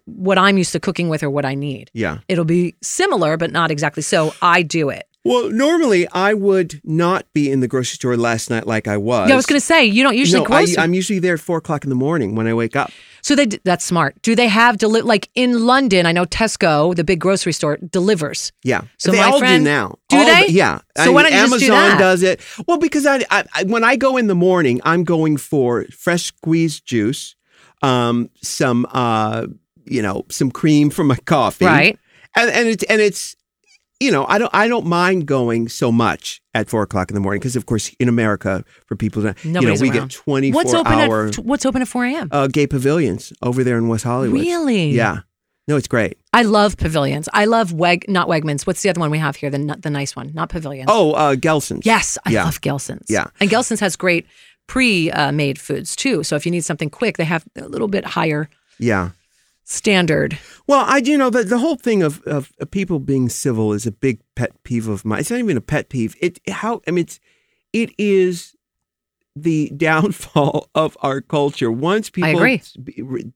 B: what I'm used to cooking with or what I need.
A: Yeah.
B: It'll be similar, but not exactly. So I do it.
A: Well, normally I would not be in the grocery store last night like I was.
B: Yeah, I was going to say you don't usually
A: no, I,
B: grocery.
A: I'm usually there at four o'clock in the morning when I wake up.
B: so they d- that's smart. Do they have deli- like in London? I know Tesco, the big grocery store, delivers.
A: Yeah.
B: So
A: they
B: my
A: all
B: friend-
A: do now.
B: Do
A: All
B: they?
A: the- yeah.
B: So why don't you
A: Amazon
B: just do that?
A: does it. Well, because I, I, I when I go in the morning, I'm going for fresh squeezed juice, um, some uh, you know, some cream for my [LAUGHS] coffee.
B: Right.
A: And and it's and it's you know, I don't I don't mind going so much at four o'clock in the morning because of course in America for people to you know,
B: Nobody's
A: we
B: around.
A: get twenty
B: What's
A: four
B: open
A: hour
B: at t- What's open at four a.m.
A: uh, gay pavilions over there in West Hollywood.
B: Really?
A: Yeah. No, it's great.
B: I love pavilions. I love Weg, not Wegmans. What's the other one we have here? The n- the nice one, not pavilions.
A: Oh, uh Gelson's.
B: yes, I
A: yeah.
B: love Gelson's.
A: Yeah.
B: and Gelson's has great pre-made foods too. So if you need something quick, they have a little bit higher
A: Yeah.
B: standard.
A: Well, I you know the the whole thing of, of of people being civil is a big pet peeve of mine. It's not even a pet peeve. It how I mean it's it is the [LAUGHS] downfall of our culture. Once people
B: agree.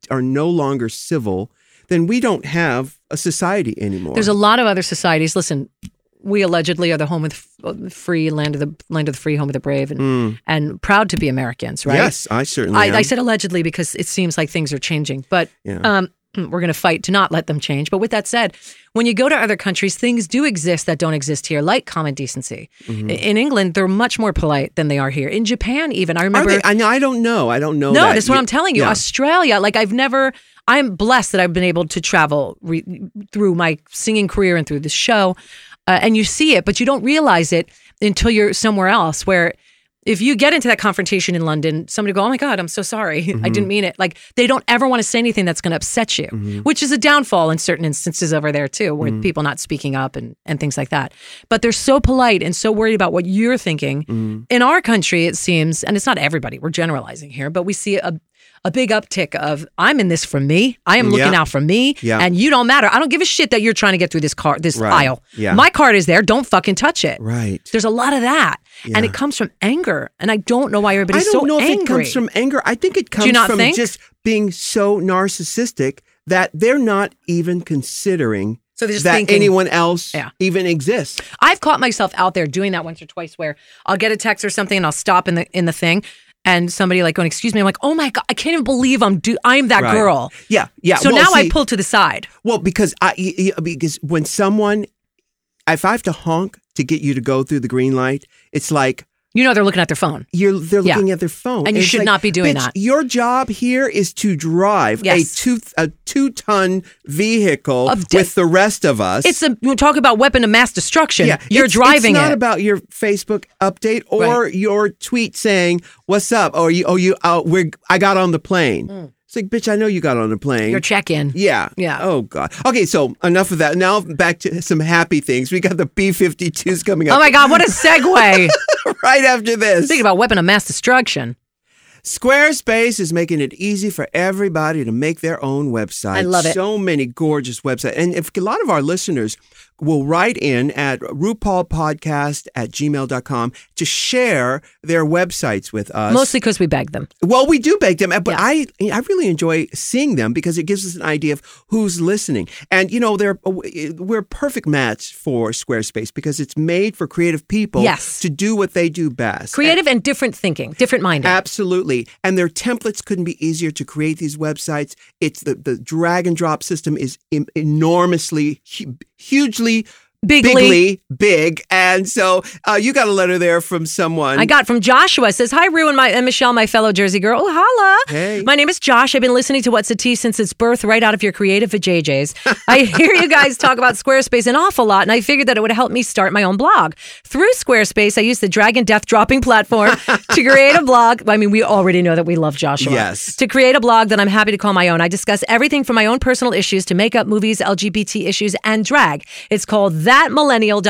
A: are no longer civil, then we don't have a society anymore.
B: There's a lot of other societies. Listen, we allegedly are the home of the f- free, land of the land of the free, home of the brave, and, and proud to be Americans, right?
A: Mm. Yes, I certainly.
B: I,
A: am.
B: I said allegedly because it seems like things are changing, but
A: Yeah.
B: um, [CLEARS THROAT] we're going to fight to not let them change. But with that said, when you go to other countries, things do exist that don't exist here, like common decency.
A: Mm-hmm.
B: I- In England, they're much more polite than they are here. In Japan, even I
A: Are
B: remember.
A: they, I know. I don't know. I don't know.
B: No,
A: that.
B: that's what I'm telling you.
A: Yeah.
B: Australia, like I've never, I'm blessed that I've been able to travel re- through my singing career and through this show. Uh, and you see it, but you don't realize it until you're somewhere else where if you get into that confrontation in London, somebody go, Oh my God, I'm so sorry. [LAUGHS] I didn't mean it. Like they don't ever want to say anything that's going to upset you, which is a downfall in certain instances over there too, where people not speaking up and, and things like that. But they're so polite and so worried about what you're thinking. In our country, it seems, and it's not everybody, we're generalizing here, but we see a, a big uptick of I'm in this for me. I am looking
A: Yeah.
B: out for me.
A: Yeah.
B: And you don't matter. I don't give a shit that you're trying to get through this car this
A: Right.
B: aisle.
A: Yeah.
B: My card is there. Don't fucking touch it.
A: Right.
B: There's a lot of that. And it comes from anger. And I don't know why everybody's
A: I don't
B: so
A: know if
B: angry.
A: it comes from anger. I think it comes
B: not
A: from
B: think?
A: just being so narcissistic that they're not even considering
B: So they're just
A: that
B: thinking-
A: anyone else
B: Yeah.
A: even exists.
B: I've caught myself out there doing that once or twice where I'll get a text or something and I'll stop in the in the thing and somebody like going, excuse me, I'm like, oh my God, I can't even believe I'm do I'm that
A: Right.
B: girl.
A: Yeah, yeah.
B: So
A: Well,
B: now I
A: see-
B: pull to the side.
A: Well, because I y- y- because when someone, if I have to honk to get you to go through the green light, it's like
B: You know they're looking at their phone.
A: you're they're
B: Yeah.
A: looking at their phone,
B: And you
A: it's
B: should
A: like,
B: not be doing
A: "Bitch,
B: that."
A: Your job here is to drive
B: Yes.
A: a two a two ton vehicle
B: Of de-
A: with the rest of us.
B: It's a you talk about weapon of mass destruction.
A: yeah,
B: You're
A: it's,
B: driving
A: It's not
B: it.
A: about your Facebook update or your tweet saying "What's up?" or "You, oh, you, oh, we're I got on the plane." It's like, bitch, I know you got on the plane.
B: Your check in.
A: Yeah.
B: Mm. Yeah.
A: Oh God. Okay, so enough of that. Now back to some happy things. We got the B 52s coming
B: Oh
A: up
B: my God, what a segue.
A: [LAUGHS] right after this.
B: Speaking about weapon of mass destruction.
A: Squarespace is making it easy for everybody to make their own website.
B: I love it.
A: So many gorgeous websites. And if a lot of our listeners will write in at RuPaulPodcast at gmail.com to share their websites with us.
B: Mostly because we begged them.
A: Well, we do bake them, but I I really enjoy seeing them because it gives us an idea of who's listening. And you know, they're uh, we're a perfect match for Squarespace because it's made for creative people
B: Yes.
A: to do what they do best.
B: Creative and different thinking, different minded.
A: Absolutely. And their templates couldn't be easier to create these websites. It's the, the drag and drop system is em- enormously, hu- hugely,
B: Bigly.
A: bigly big. And so uh, you got a letter there from someone.
B: I got from Joshua says, Hi, Rue and, my, and Michelle, my fellow Jersey girl. Oh, holla.
A: Hey.
B: My name is Josh. I've been listening to What's a Tea since its birth, right out of your creative JJ's. I hear you guys talk about Squarespace an awful lot, and I figured that it would help me start my own blog. Through Squarespace, I use the drag and death dropping platform to create a blog. I mean, we already know that we love Joshua.
A: Yes.
B: To create a blog that I'm happy to call my own. I discuss everything from my own personal issues to makeup, movies, LGBT issues, and drag. It's called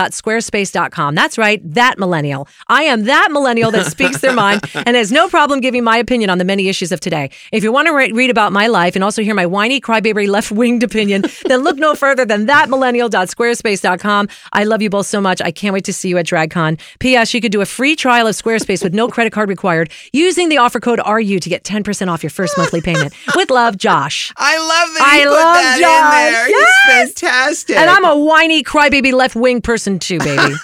B: thatmillennial.squarespace.com. That's right, that millennial. I am that millennial that speaks their mind and has no problem giving my opinion on the many issues of today. If you want to re- read about my life and also hear my whiny, crybaby, left winged opinion, then look no further than thatmillennial.squarespace.com. I love you both so much. I can't wait to see you at DragCon. P.S. You could do a free trial of Squarespace with no credit card required using the offer code RU to get 10% off your first monthly payment. With love, Josh.
A: I love that
B: I
A: you put
B: love
A: that
B: Josh.
A: in there.
B: Yes.
A: It's fantastic.
B: And I'm a whiny, crybaby, left wing person too, baby.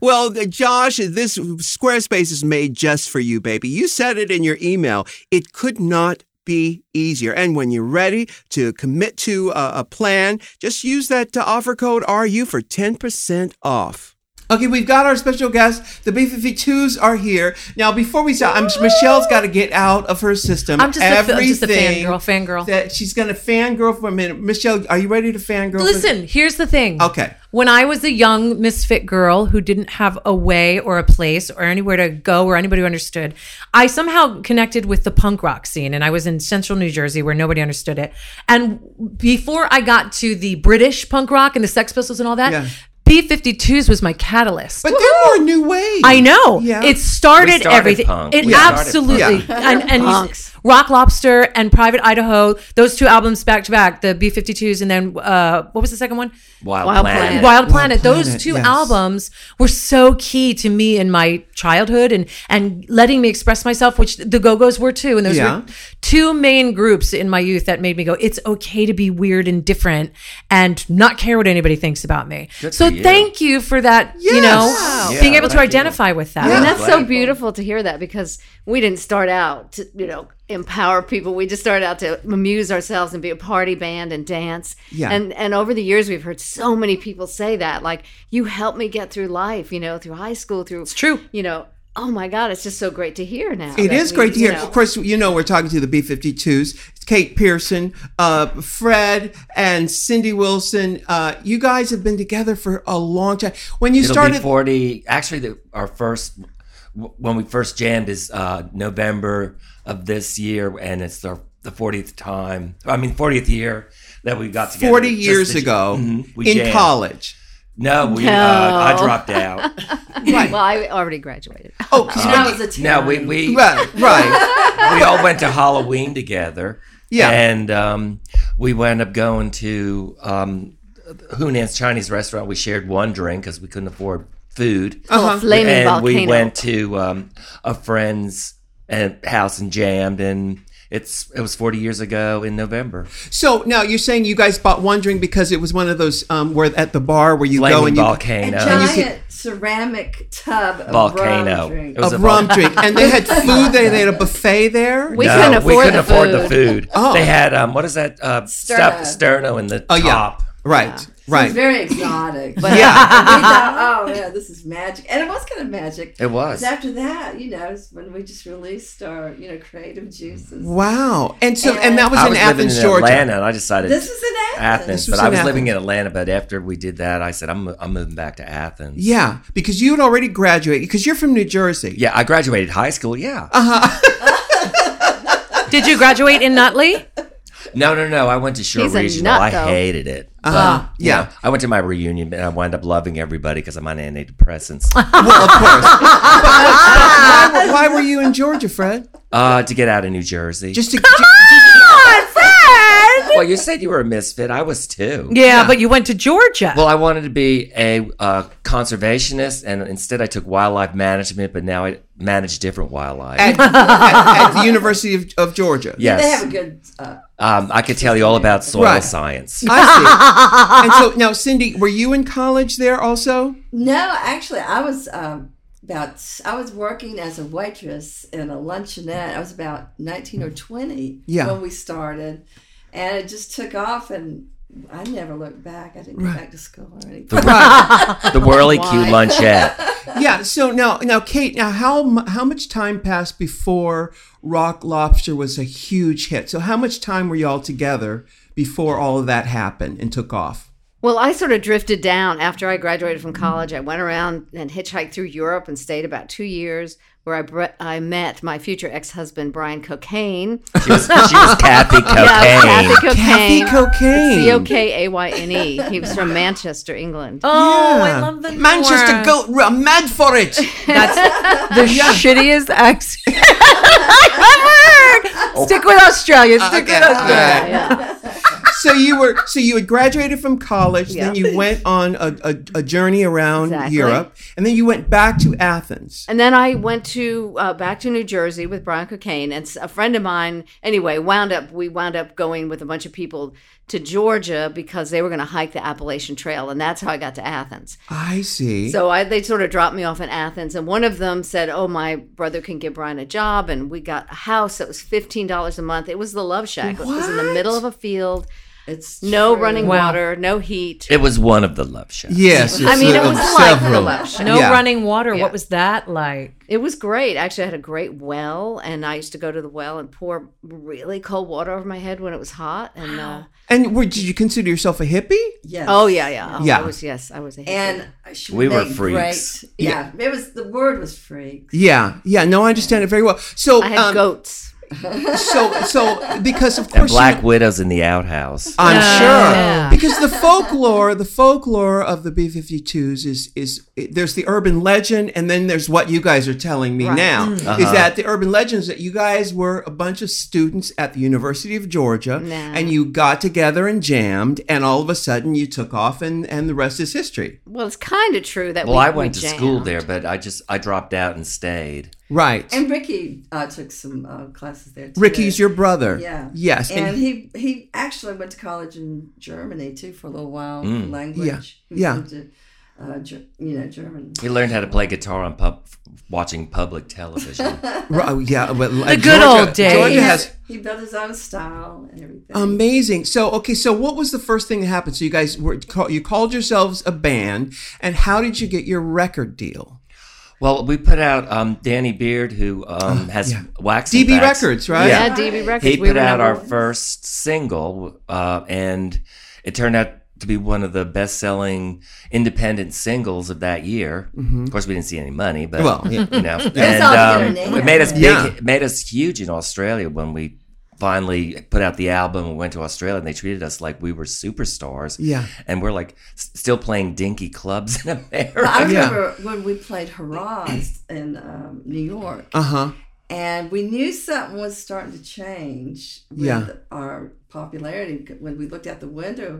A: Well, the- Josh, this Squarespace is made just for you, baby. You said it in your email. It could not be easier. And when you're ready to commit to a, a plan, just use that uh, offer code RU for 10% off. Okay, we've got our special guest. The B52s are here. Now, before we start, I'm, Michelle's got to get out of her system.
B: I'm just a fa- I'm just a
A: everything
B: fangirl, fangirl.
A: That she's going to fangirl for a minute. Michelle, are you ready to fangirl? for-
B: Listen, here's the thing.
A: Okay.
B: When I was a young misfit girl who didn't have a way or a place or anywhere to go or anybody who understood, I somehow connected with the punk rock scene. And I was in central New Jersey where nobody understood it. And before I got to the British punk rock and the Sex Pistols and all that,
A: Yeah.
B: B 52s was my catalyst.
A: But there are new ways.
B: I know.
A: Yeah.
B: It started,
C: We started
B: everything.
C: punk.
B: It
C: We started
B: absolutely and, and Rock Lobster and Private Idaho, those two albums back to back, the B52s and then uh, what was the second one?
C: Wild,
D: Wild
C: Planet.
D: Planet.
B: Wild Planet. Those
A: Planet,
B: two
A: yes.
B: albums were so key to me in my childhood and and letting me express myself, which the Go Go's were too. And those
A: Yeah.
B: were two main groups in my youth that made me go, it's okay to be weird and different and not care what anybody thinks about me. so
C: for you.
B: thank you for that, you
A: Yes.
B: know,
A: Wow.
B: being
C: Yeah,
B: able to
C: thank you.
B: identify with that.
D: [LAUGHS] And
C: Yeah.
D: that's
C: Black
D: so
C: people.
D: beautiful to hear that because we didn't start out to, you know, empower people. We just started out to amuse ourselves and be a party band and dance.
A: Yeah.
D: And and over the years we've heard so many people say that. Like, you helped me get through life, you know, through high school, through It's
B: true.
D: You know, oh my God, it's just so great to hear now.
A: It
D: that
A: is
D: we,
A: great to
D: you
A: hear.
D: know-
A: Of course, you know we're talking to the B 52s. It's Kate Pearson, uh, Fred, and Cindy Wilson. Uh, you guys have been together for a long time. When you
C: It'll
A: started,
C: be 40. Actually, the, our first, w- when we first jammed is uh, November of this year, and it's our, the 40th time, I mean, 40th year that we got together.
A: 40
C: Just
A: years
C: the-
A: ago
C: Mhm, we
A: in
C: jammed.
A: college.
C: No, we, Uh, I dropped out.
D: Right. [LAUGHS] Well, I already graduated. [LAUGHS]
A: Oh, 'cause
D: And
A: when
D: I
A: you-
D: was a teen.
C: Now we we
A: right, right.
C: [LAUGHS] we all went to Halloween together.
A: Yeah.
C: and um, we wound up going to um, Hunan's Chinese restaurant. We shared one drink because we couldn't afford food.
A: Uh-huh.
D: Oh, flaming
C: and
D: volcano.
C: we went to um, a friend's uh, house and jammed and it's it was 40 years ago in november
A: So now you're saying you guys bought one drink because it was one of those um, where at the bar where you go
C: flaming
A: and you
D: a
C: volcano
D: giant ceramic tub of
C: volcano
D: rum drink.
C: It was
A: a
C: vol-
A: rum drink, and they had food. They, they had a buffet there.
D: We
C: No,
D: couldn't
C: we
D: afford
C: couldn't
D: the
C: afford the
D: food.
C: food
A: [LAUGHS] Oh.
C: they had um what is that uh stuff sterno in the
A: oh yeah,
C: top
A: right,
E: It's
A: right.
E: very exotic. But
A: [LAUGHS] Yeah.
E: we thought, oh yeah, this is magic, and it was kind of magic.
C: It was.
E: Because after that, you know, is when we just released our, you know, creative juices.
A: Wow. And so and that was
C: i
A: in
C: was living
A: Athens,
C: in
A: Georgia.
C: atlanta and i decided
E: This is in
C: Athens,
E: Athens.
A: was
C: but I
A: in
C: was
A: Athens.
C: living in Atlanta. But after we did that, I said, "I'm I'm moving back to Athens."
A: Yeah, because you had already graduated. Because you're from New Jersey.
C: yeah. I graduated high school. Yeah,
B: [LAUGHS] Did you graduate in Nutley?
C: No, no, no. I went to Shore
D: He's a
C: Regional.
D: nut,
C: I
D: though.
C: hated it. But,
A: Uh-huh.
C: you
A: Yeah.
C: know, I went to my reunion and I wound up loving everybody because I'm on antidepressants
A: Well, of course. But- but why, were- why were you in Georgia, Fred?
C: uh, to get out of New Jersey.
A: Just to. ju-
C: well, you said you were a misfit. I was too.
B: Yeah, but you went to Georgia.
C: Well, I wanted to be a uh, conservationist, and instead I took wildlife management, but now I manage different wildlife.
A: at, at- at the University of, of Georgia.
C: yes.
E: They have a good. Uh,
C: um, I could tell you all about soil
A: Right.
C: science.
A: I see. And so now, Cindy, were you in college there also?
E: no, actually, I was um, about. I was working as a waitress in a luncheonette. I was about nineteen or twenty
A: Yeah.
E: when we started, and it just took off, and I never looked back. I didn't go back to school or anything.
C: the whirly Q lunchette.
A: Yeah. So now, now, Kate, now how mu- how much time passed before Rock Lobster was a huge hit? So how much time were y'all together before all of that happened and took off?
D: Well, I sort of drifted down after I graduated from college. I went around and hitchhiked through Europe and stayed about two years, where I bre- I met my future ex husband Brian Cocaine.
C: She was, she was Kathy
D: Yeah,
C: Cocaine.
D: Kathy Cocaine.
A: Kathy Cocaine.
D: C O K A Y N E. He was from Manchester, England.
B: oh, I
A: Yeah.
B: love the
A: Manchester
B: North.
A: goat, I'm mad
D: [LAUGHS]
A: for it. [LAUGHS]
B: That's the shittiest accent I've ever heard. Stick with Australia. Stick
A: Oh. Uh, Okay.
B: with Australia.
A: [LAUGHS] so you were so you had graduated from college, then you went on a, a, a journey around
D: Exactly.
A: Europe, and then you went back to Athens.
D: And then I went to uh, back to New Jersey with Brian Cocaine and s- a friend of mine. Anyway, wound up we wound up going with a bunch of people to Georgia because they were going to hike the Appalachian Trail, and that's how I got to Athens.
A: I see.
D: So I, they sort of dropped me off in Athens, and one of them said, "Oh, my brother can get Brian a job," and we got a house that was fifteen dollars a month. It was the Love Shack. It was in the middle of a field,
E: It's
D: no
E: true.
D: running
B: Wow.
D: water, no heat.
C: It was one of the love shows.
A: yes,
D: I
A: it's
D: mean, it
A: a-
D: was
A: a
D: like the
A: several.
D: Love Shack.
B: No
A: Yeah.
B: running water.
D: Yeah.
B: What was that like?
D: It was great. Actually, I had a great well, and I used to go to the well and pour really cold water over my head when it was hot. And uh,
A: And were, did you consider yourself a hippie?
E: Yes.
D: oh yeah, yeah, Oh,
A: Yeah.
D: I was yes, I was a hippie.
E: And she
C: We were
E: made
C: freaks.
E: Great, yeah, It was the word was freak.
A: Yeah, yeah. No, I understand it very well. So,
D: I had
A: um,
D: goats.
A: so,
D: [LAUGHS]
A: so because of
C: And
A: course,
C: Black
A: you- Uh,
C: Widows in the outhouse.
A: I'm
B: Yeah.
A: sure
D: Yeah.
A: because the folklore, the folklore of the B52s is is there's the urban legend, and then there's what you guys are telling me now is that the urban legends that you guys were a bunch of students at the University of Georgia,
D: Nah.
A: and you got together and jammed, and all of a sudden you took off, and and the rest is history.
D: Well, it's kind of true that.
C: Well,
D: we,
C: I
D: we
C: went to school
D: jammed.
C: there, but I just I dropped out and stayed.
A: Right.
E: And Ricky uh, took some uh, classes there. Too.
A: Ricky's your brother.
E: yeah.
A: Yes.
E: And,
A: And,
E: he he actually went to college in Germany too for a little while for language. He
A: Yeah.
E: went to, uh, Ger- you know German.
C: He learned how to play guitar on pub, watching
A: [LAUGHS]
C: public television.
A: Ro- oh, yeah. Well, the
B: good old days.
A: Georgia
E: He
A: has
E: had- he built his own style and everything.
A: Amazing. So, okay, so what was the first thing that happened? So you guys were call, you called yourselves a band, and how did you get your record deal?
C: well, we put out um, Danny Beard, who
A: Oh,
C: um, has Wax and
A: DB
C: Vax.
A: Records, right?
D: Yeah,
C: Yeah.
D: DB Records.
C: He
D: we
C: put
D: were
C: out
D: number
C: our
D: one.
C: first single, uh, and it turned out to be one of the best-selling independent singles of that year. Of course, we didn't see any money, but
A: Well, yeah.
C: you know,
E: all
C: and um,
E: internet.
C: it made us big,
A: Yeah.
C: it made us huge in Australia when we finally put out the album and went to Australia, and they treated us like we were superstars.
A: Yeah.
C: and we're like s- still playing dinky clubs in
E: Well, [LAUGHS]
C: America. [LAUGHS]
E: I
A: Yeah.
E: remember when we played Hurrahs in um, New York,
A: Uh huh.
E: and we knew something was starting to change with
A: Yeah.
E: our popularity. When we looked out the window,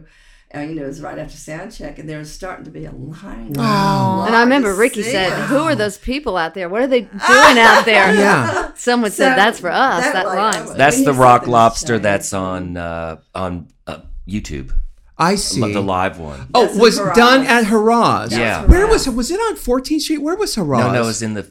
E: uh, you know, it was right after sound check, and there was starting to be a line. Wow!
D: And I remember Ricky said, "Who are those people out there? What are
E: [LAUGHS]
D: they doing out there?"
A: Yeah.
D: Someone said, "That's for us." That, rhymes.
C: That's
E: we
C: the
E: knew
C: Rock
E: something was
C: Lobster
E: changing.
C: that's on uh, on uh, YouTube, [LAUGHS]
A: I see.
C: the live one.
A: oh,
E: That's in
A: was
E: Hurrahs.
A: done at Hurrahs.
C: Yeah.
A: Where was it? Was it on 14th Street? Where was Hurrahs?
C: No, no, it was in the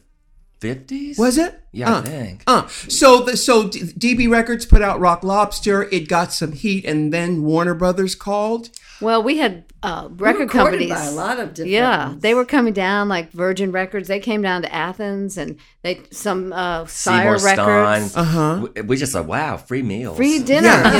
C: fifties.
A: Was it?
C: Yeah, I
A: Uh,
C: think.
A: Uh, so the, so D- DB Records put out Rock Lobster. It got some heat, and then Warner Brothers called.
D: Well, we had uh,
E: Record
D: record companies.
E: by a lot of different.
D: Yeah, they were coming down like Virgin Records. They came down to Athens, and they some uh, Sire
C: Seymour Stein.
D: Records.
A: Uh-huh.
C: We, we just like wow, free meals.
D: Free dinner.
A: Yeah.
D: you [LAUGHS]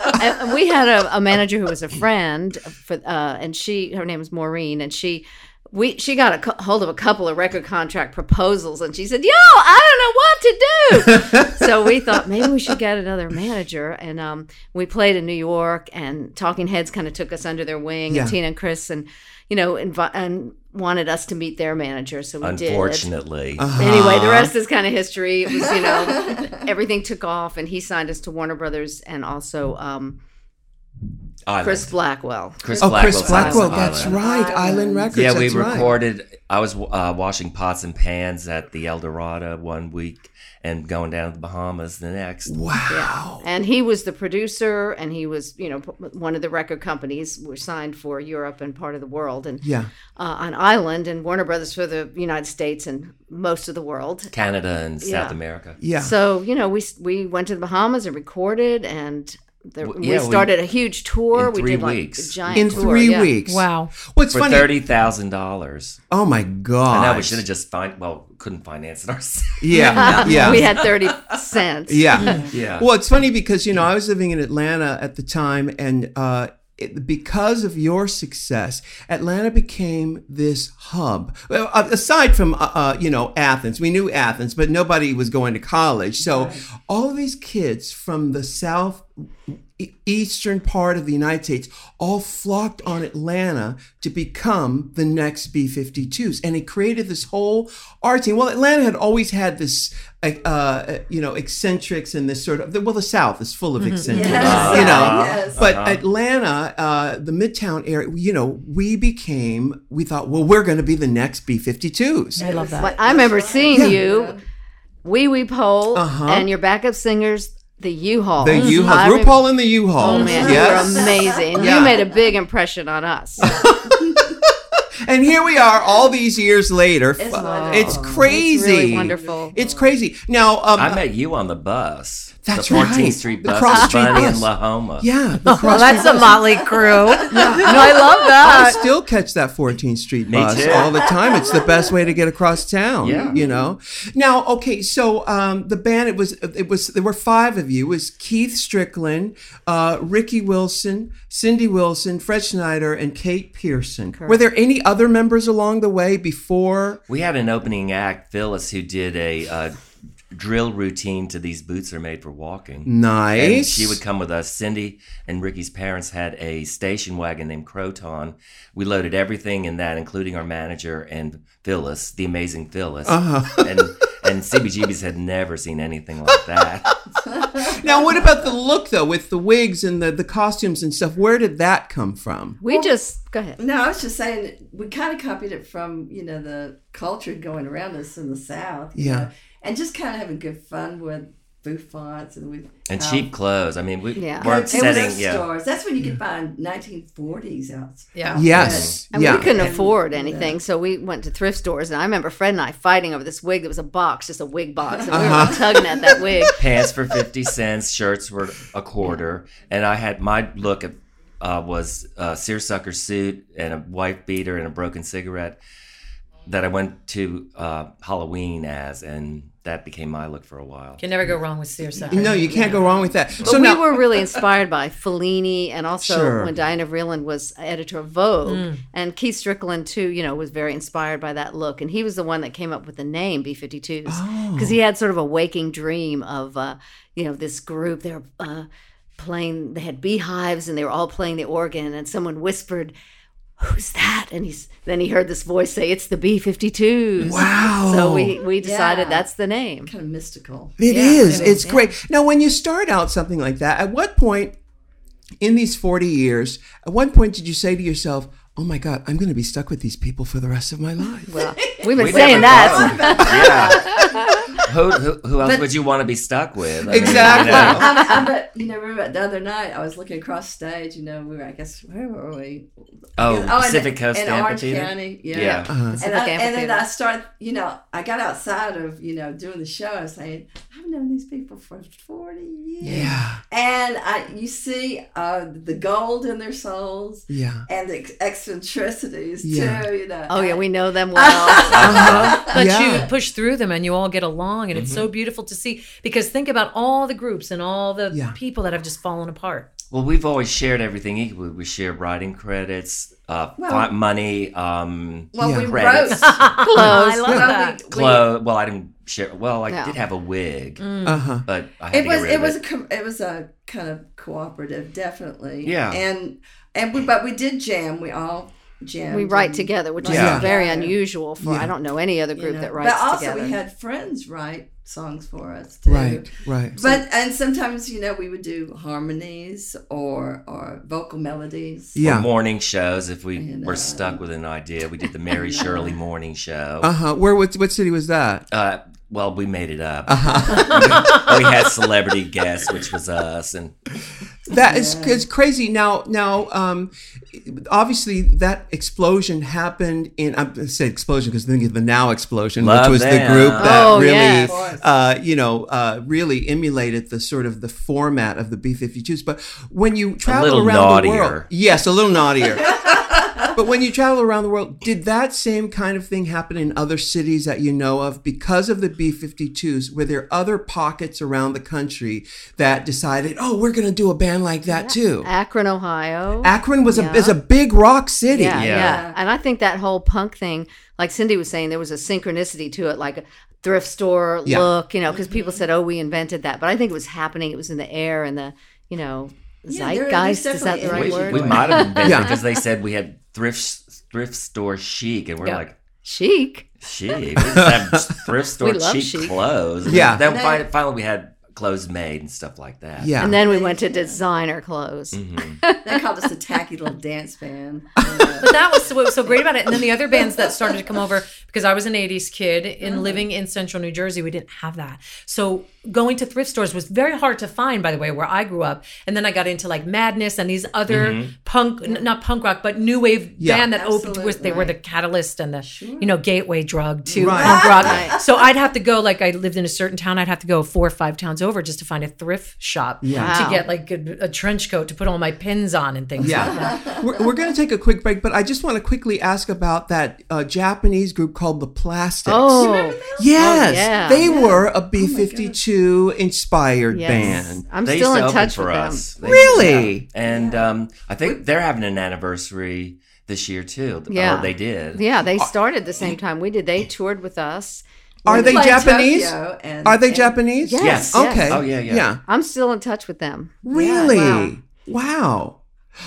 D: know. and and we had a, a manager who was a friend for, uh, and she her name was Maureen, and she. We, she got a cou- hold of a couple of record contract proposals and she said, Yo, I don't know what to
A: [LAUGHS]
D: do. so we thought maybe we should get another manager. And um, we played in New York, and Talking Heads kind of took us under their wing,
A: Yeah.
D: and Tina and Chris, and, you know, invi- and wanted us to meet their manager. So we did.
C: Unfortunately,
A: Uh-huh.
D: Anyway, the rest is kind of history. It was, you
A: [LAUGHS]
D: know, everything took off, and he signed us to Warner Brothers and also um,
C: Island.
D: Chris Blackwell.
C: Chris
A: Oh, Chris
C: Blackwell's
A: Blackwell.
C: Island.
A: That's right. Island Records.
C: Yeah, we
A: that's right.
C: recorded. I was uh, washing pots and pans at the El Dorado one week, and going down to the Bahamas the next.
A: Wow.
D: And he was the producer, and he was, you know, p- one of the record companies were signed for Europe and part of the world, and
A: Yeah.
D: uh, on Island and Warner Brothers for the United States and most of the world.
C: Canada and South
D: Yeah.
C: America.
A: Yeah.
D: So you know, we s- we went to the Bahamas and recorded, and the,
C: Well,
D: we
C: yeah, we-
D: started a huge tour.
C: in
D: we
C: three
D: did like
C: weeks.
D: a giant
A: in
D: tour,
A: three
D: yeah.
A: weeks.
B: Wow.
A: What's
C: For
A: funny?
C: thirty thousand dollars,
A: oh my god.
C: I know we should have just fin- well couldn't finance it ourselves. [LAUGHS]
A: Yeah.
D: [LAUGHS] [LAUGHS]
A: yeah.
D: we had thirty cents.
A: [LAUGHS] Yeah.
C: Yeah.
A: Well, it's funny because, you know, I was living in Atlanta at the time, and uh, it, because of your success, Atlanta became this hub. Well, a- aside from, uh, uh, you know, Athens, we knew Athens, but nobody was going to college. So all of these kids from the South, e- Eastern part of the United States all flocked on Atlanta to become the next B 52s. And it created this whole art scene. Well, Atlanta had always had this, uh, uh, you know, eccentrics and this sort of, well, the South is full
D: Mm-hmm.
A: of eccentrics,
E: Yes.
A: you know.
E: Yes.
A: But Atlanta, uh, the Midtown area, you know, we became, we thought, well, we're going to be the next B 52s.
B: I love that.
D: But I remember seeing you, Wee Wee Pole,
A: Uh-huh.
D: and your backup singers, the U-Haul.
A: The U
D: Mm-hmm. I
A: Haul,
D: rem-
A: RuPaul and the U Haul.
D: Oh man, you were amazing. And
A: Yeah.
D: You made a big impression on us.
A: And here we are, all these years later. It's,
E: wonderful.
A: it's crazy.
D: It's really wonderful.
A: It's crazy. Now, um,
C: I met you on the bus.
A: That's
C: the 14th
A: right.
C: Street
A: The
C: bus.
A: cross
C: with
A: street
C: Bunny
A: bus.
C: in La Homa.
A: yeah, the
C: [LAUGHS]
B: Well,
A: cross
B: that's
A: [LAUGHS]
B: a motley crew. I love
A: I
B: that.
A: still catch that 14th Street
C: Me
A: bus
C: too.
A: all the time. It's the best way to get across town.
C: Yeah.
A: you know. Now, okay, so um, the band it was it was there were five of you. It was Keith Strickland, uh, Ricky Wilson, Cindy Wilson, Fred Schneider, and Kate Pearson. Were there any other members along the way before?
C: We had an opening act, Phyllis, who did a uh, drill routine to "These Boots Are Made for Walking."
A: Nice.
C: And she would come with us. Cindy and Ricky's parents had a station wagon named Croton. We loaded everything in that, including our manager and Phyllis, the amazing Phyllis. and, and CBGB's had never seen anything like that.
A: Now, what about the look though, with the wigs and the, the costumes and stuff? Where did that come from?
D: We just go ahead.
E: No, I was just saying that we kind of copied it from you know the culture going around us in the South. you
A: Yeah.
E: know, and just kind of having good fun with bouffants and with
C: And
E: how-
C: cheap clothes. I mean, we
D: Yeah.
E: It
C: weren't
E: was
C: setting.
E: those
C: Yeah.
E: stores. That's when you could find 1940s out.
B: Yeah.
A: Mm. Yes.
D: And
A: yeah.
D: we couldn't
E: And-
D: afford anything, so we went to thrift stores. And I remember Fred and I fighting over this wig. There was a box, just a wig box, and we were
A: Uh-huh.
D: all tugging at that wig.
C: pants for 50 cents shirts were a quarter and i had my look at, uh, was a seersucker suit and a wife beater and a broken cigarette that I went to uh, Halloween as, and that became my look for a while.
B: Can never go wrong with seersucker.
A: No, you can't go wrong with that.
D: But
A: so
D: we
A: now,
D: were really inspired by Fellini, and also
A: Sure.
D: when Diana Vreeland was editor of Vogue, and Keith Strickland too. You know, was very inspired by that look, and he was the one that came up with the name B52s because he had sort of a waking dream of, uh, you know, this group. They're uh, playing. They had beehives, and they were all playing the organ, and someone whispered. Who's that? And he's then he heard this voice say, "It's the B52s."
A: Wow.
D: So we we decided
E: Yeah.
D: that's the name.
E: Kind
C: [LAUGHS]
E: of mystical.
A: It
B: Yeah,
A: is.
B: it
A: it's
B: is, yeah.
A: great. Now, when you start out something like that, at what point in these 40 years, at what point did you say to yourself, oh my God, I'm going to be stuck with these people for the rest of my life?
D: Well, we've been
C: We
D: saying
C: never
D: that.
C: know. [LAUGHS] yeah. Who, who, who else would you want to be stuck with? I mean,
A: Exactly.
C: you
E: [LAUGHS]
C: know.
E: I, I bet you know. Remember the other night, I was looking across stage. You know, we were. I guess where were we?
C: Oh,
E: in-
C: Pacific Coast
E: in
C: Amphitheater.
E: Orange County. Yeah.
C: Yeah.
E: And,
D: Pacific
E: I, and then
D: Amphitheater.
E: I started, you know, I got outside of, you know, doing the show. I was saying, I've known these people for 40 years.
A: Yeah.
E: And I, you see uh, the gold in their souls
A: Yeah.
E: and the ex- eccentricities,
A: Yeah.
E: too, you know.
D: Oh yeah, we know them well.
B: but
A: Yeah. Mm-hmm.
B: you push through them and you all get along and it's so beautiful to see because think about all the groups and all the
A: Yeah.
B: people that have just fallen apart
C: Well, we've always shared everything equally. We share writing credits, uh, fi- money, um,
E: Well,
A: Yeah.
E: we wrote.
C: Credits.
B: [LAUGHS]
C: [LAUGHS]
B: i love
E: well,
B: that
E: we- we-
C: clothes. Well, I didn't share. Well, I
D: No. Mm.
C: did have a wig,
A: Uh huh.
C: but I had
E: It
C: to get
E: was
C: rid
E: it
C: of
E: was a com- it was a kind of cooperative, definitely.
C: Yeah.
E: And and we but we did jam. We all jammed.
D: we write
E: and-
D: together, which
A: Yeah.
D: is very
E: Yeah.
D: unusual for
A: Yeah.
D: I don't know any other
E: you
D: group
E: know.
D: that writes
E: But also,
D: together.
E: we had friends write songs for us too.
A: Right. Right.
E: But and sometimes you know we would do harmonies or or vocal melodies.
C: Or
A: Yeah.
C: morning shows if we
E: And,
C: were
E: uh,
C: stuck with an idea. We did the
D: [LAUGHS]
C: Mary Shirley morning show.
A: Uh huh. Where? What, what city was that?
C: Uh, well, we made it up.
A: Uh-huh.
C: [LAUGHS] we had celebrity guests, which was us, and
A: That is it's crazy. Now, now, um, obviously that explosion happened in. I said explosion because think of the now explosion,
C: Love
A: which was the
C: them.
A: group that
D: Oh,
A: really,
D: yes.
A: uh, you know, uh, really emulated the sort of the format of the B-52s. But when you travel
C: little
A: around the world,
C: naughtier.
A: yes, a little naughtier. But when you travel around the world, did that same kind of thing happen in other cities that you know of because of the B 52s? Were there other pockets around the country that decided, oh, we're going to do a band like that too?
D: Akron, Ohio.
A: Akron was
D: Uh, Yeah.
A: a, is a big rock city.
D: yeah,
C: Yeah.
D: yeah, And I think that whole punk thing, like Cindy was saying, there was a synchronicity to it, like a thrift store
A: Yeah.
D: look, you know, because people
E: Mm-hmm.
D: said, "Oh, we invented that," but I think it was happening. It was in the air and the, you know,
E: Yeah, there-
D: zeitgeist.
E: there's
D: Is that the [LAUGHS]
E: definitely
D: right
C: we,
D: word?
C: we might have
A: [LAUGHS]
C: been
A: Yeah.
C: because they said we had thrift thrift store chic, and we're
B: Yeah.
C: like.
D: Chic.
C: Chic. We
A: [LAUGHS]
C: just have thrift store
D: We love
C: cheap
D: chic.
C: clothes.
A: Yeah.
C: Then
E: No.
C: fi- finally, we had clothes made and stuff like that.
A: Yeah.
D: And then we went to designer clothes.
E: They called us the tacky little dance band.
B: but that was what was so great about it. And then the other bands that started to come over because I was an '80s kid
A: Mm-hmm.
B: and living in Central New Jersey, we didn't have that. So going to thrift stores was very hard to find. By the way, where I grew up, and then I got into like Madness and these other punk, n- not punk rock, but new wave
A: Mm-hmm. Yeah.
B: band that opened with. They were the
E: Absolutely.
B: catalyst and the you know gateway drug to
A: Right.
B: punk rock.
D: Right.
B: So I'd have to go like I lived in a certain town. I'd have to go four or five towns over just to find a thrift shop
D: Wow.
B: to get like a, a trench coat to put all my pins on and things. like that.
D: [LAUGHS]
A: Yeah. we're we're going to take a quick break, but I just want to quickly ask about that uh, Japanese group called The Plastics.
D: Oh,
A: yes.
D: Oh, yeah. Oh
A: They were a B 52 inspired
D: yes.
A: band.
D: I'm
C: They
D: still
C: used
D: in
C: to open
D: touch
C: for
D: with
C: us.
D: them.
C: They-
A: Really?
C: yeah. And um, I think they're having an anniversary this year too. Or
D: Yeah.
C: they did.
D: Yeah, they started the same time we did. They toured with us.
A: Are they
E: Played
A: Japanese?
E: Tokyo and-
A: Are they
E: and-
A: Japanese?
D: Yes.
C: Yes.
A: Okay.
C: Oh, yeah, yeah.
D: I'm still in touch with them.
A: Really?
E: Yeah,
A: wow.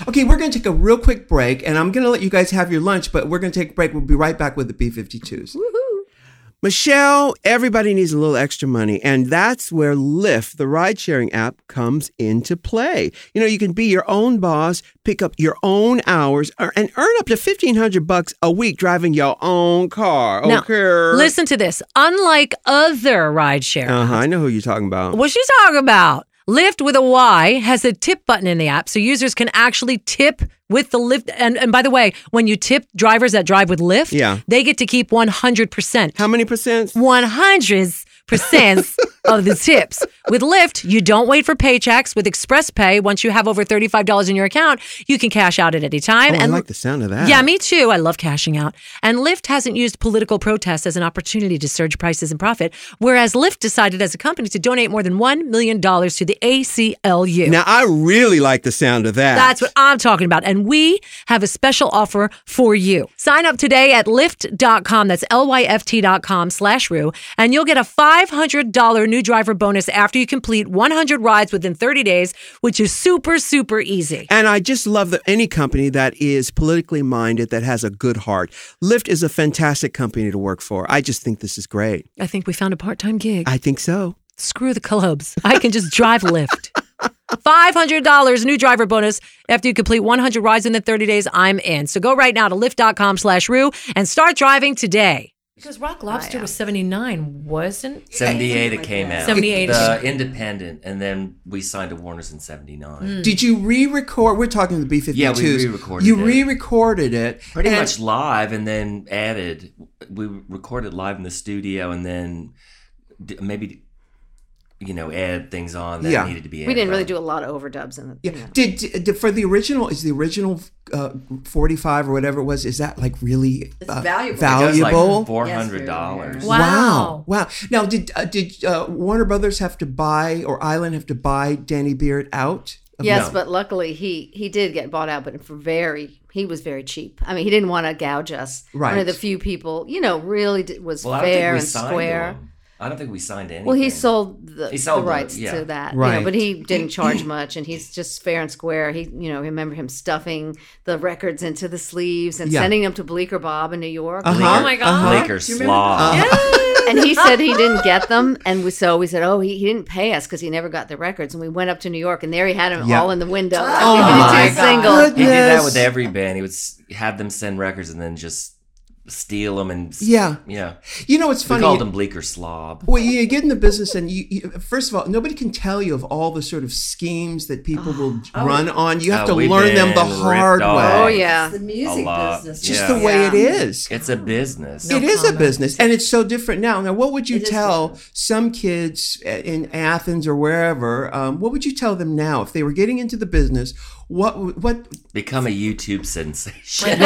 A: Okay, we're going to take a real quick break and I'm going to let you guys have your lunch, but we're going to take a break. We'll be right back with the B 52s. Michelle, everybody needs a little extra money. And that's where Lyft, the ride sharing app, comes into play. You know, you can be your own boss, pick up your own hours, er- and earn up to 1500 bucks a week driving your own car.
B: Now,
A: okay.
B: Listen to this. Unlike other rideshare,
F: Uh-huh.
A: Uh huh. I know who you're talking about.
B: what she's talking about, Lyft with a Y has a tip button in the app, so users can actually tip with the Lyft. And, and by the way, when you tip drivers that drive with Lyft,
A: Yeah.
B: they get to keep 100%.
A: How many percent?
B: 100%. of the tips. With Lyft, you don't wait for paychecks. With Express Pay, once you have over $35 in your account, you can cash out at any time.
F: Oh, I
B: and
F: like the sound of that.
B: yeah, me too. I love cashing out. And Lyft hasn't used political protest as an opportunity to surge prices and profit, whereas Lyft decided as a company to donate more than $1 million to the ACLU.
F: Now I really like the sound of that.
B: That's what I'm talking about. And we have a special offer for you. Sign up today at lyft.com. That's L-Y-F-T.com slash rue. And you'll get a $500 new driver bonus after you complete 100 rides within 30 days, which is super, super easy.
F: And I just love that any company that is politically minded that has a good heart. Lyft is a fantastic company to work for. I just think this is great.
B: I think we found a part-time gig.
F: I think so.
B: Screw the clubs. I can just drive Lyft. $500 new driver bonus after you complete 100 rides in the 30 days. I'm in. So go right now to lyft.com slash rue and start driving today. Because Rock Lobster was 79, wasn't
C: 78 it came out.
B: 78.
C: The Independent, and then we signed to Warner's in 79.
D: Hmm.
A: Did you re-record? We're talking the B52s.
C: Yeah, we re-recorded
A: You
C: it.
A: re-recorded it.
C: Pretty
A: and-
C: much live, and then added. We recorded live in the studio, and then d- maybe you know add things on that
A: Yeah.
C: needed to be. Added
D: We didn't really do a lot of overdubs in it.
A: Yeah. Did, did for the original is the original uh, 45 or whatever it was is that like really
E: It's
A: uh,
E: valuable.
C: It was
A: valuable?
C: like four hundred dollars.
E: Yes,
A: Wow.
B: Wow.
A: Wow. Now did uh, did uh, Warner Brothers have to buy or Island have to buy Danny Beard out? of-
D: Yes,
C: No.
D: but luckily he he did get bought out, but for very he was very cheap. I mean, he didn't want to gouge us. One
A: Right.
D: of the few people, you know, really did, was
C: Well, I don't
D: fair
C: think we
D: and
C: signed
D: square.
C: to him. I don't think we signed anything.
D: Well, he sold the,
C: He sold
D: the
C: the-
D: rights
C: yeah.
D: to that, you know,
A: Right.
D: but he didn't
A: [CLEARS THROAT]
D: charge much, and he's just fair and square. He, you know, remember him stuffing the records into the sleeves and
A: Yeah.
D: sending them to Bleecker Bob in New York.
A: Uh-huh.
B: Oh my God.
C: Laker Uh-huh. Slaw.
D: And he said he didn't get them, and we so we said, oh, he, he didn't pay us because he never got the records, and we went up to New York, and there he had them
A: Yeah.
D: all in the window.
E: Oh
D: Like,
E: my
D: he did two singles.
A: goodness.
C: He did that with
A: Yes.
C: every band. He would s- have them send records and then just steal them and s-
A: Yeah.
C: yeah.
A: You know it's
C: We
A: funny.
C: called him Bleaker Slob.
A: Well, you get in the business, and you, you first of all, nobody can tell you of all the sort of schemes that people will run on. You have
C: Oh,
A: to
C: we've
A: learn them the
C: been
A: hard way.
C: ripped off.
D: Oh yeah,
E: It's the
C: A
E: music
C: lot.
E: business.
A: Just
C: Yeah.
A: the way it
E: Yeah.
A: is.
C: It's a business.
A: it is a business, and it's so different now. Now, what would you
E: It is
A: tell
E: different.
A: some kids a- in Athens or wherever? Um, what would you tell them now if they were getting into the business? What? w- What?
C: Become a YouTube sensation.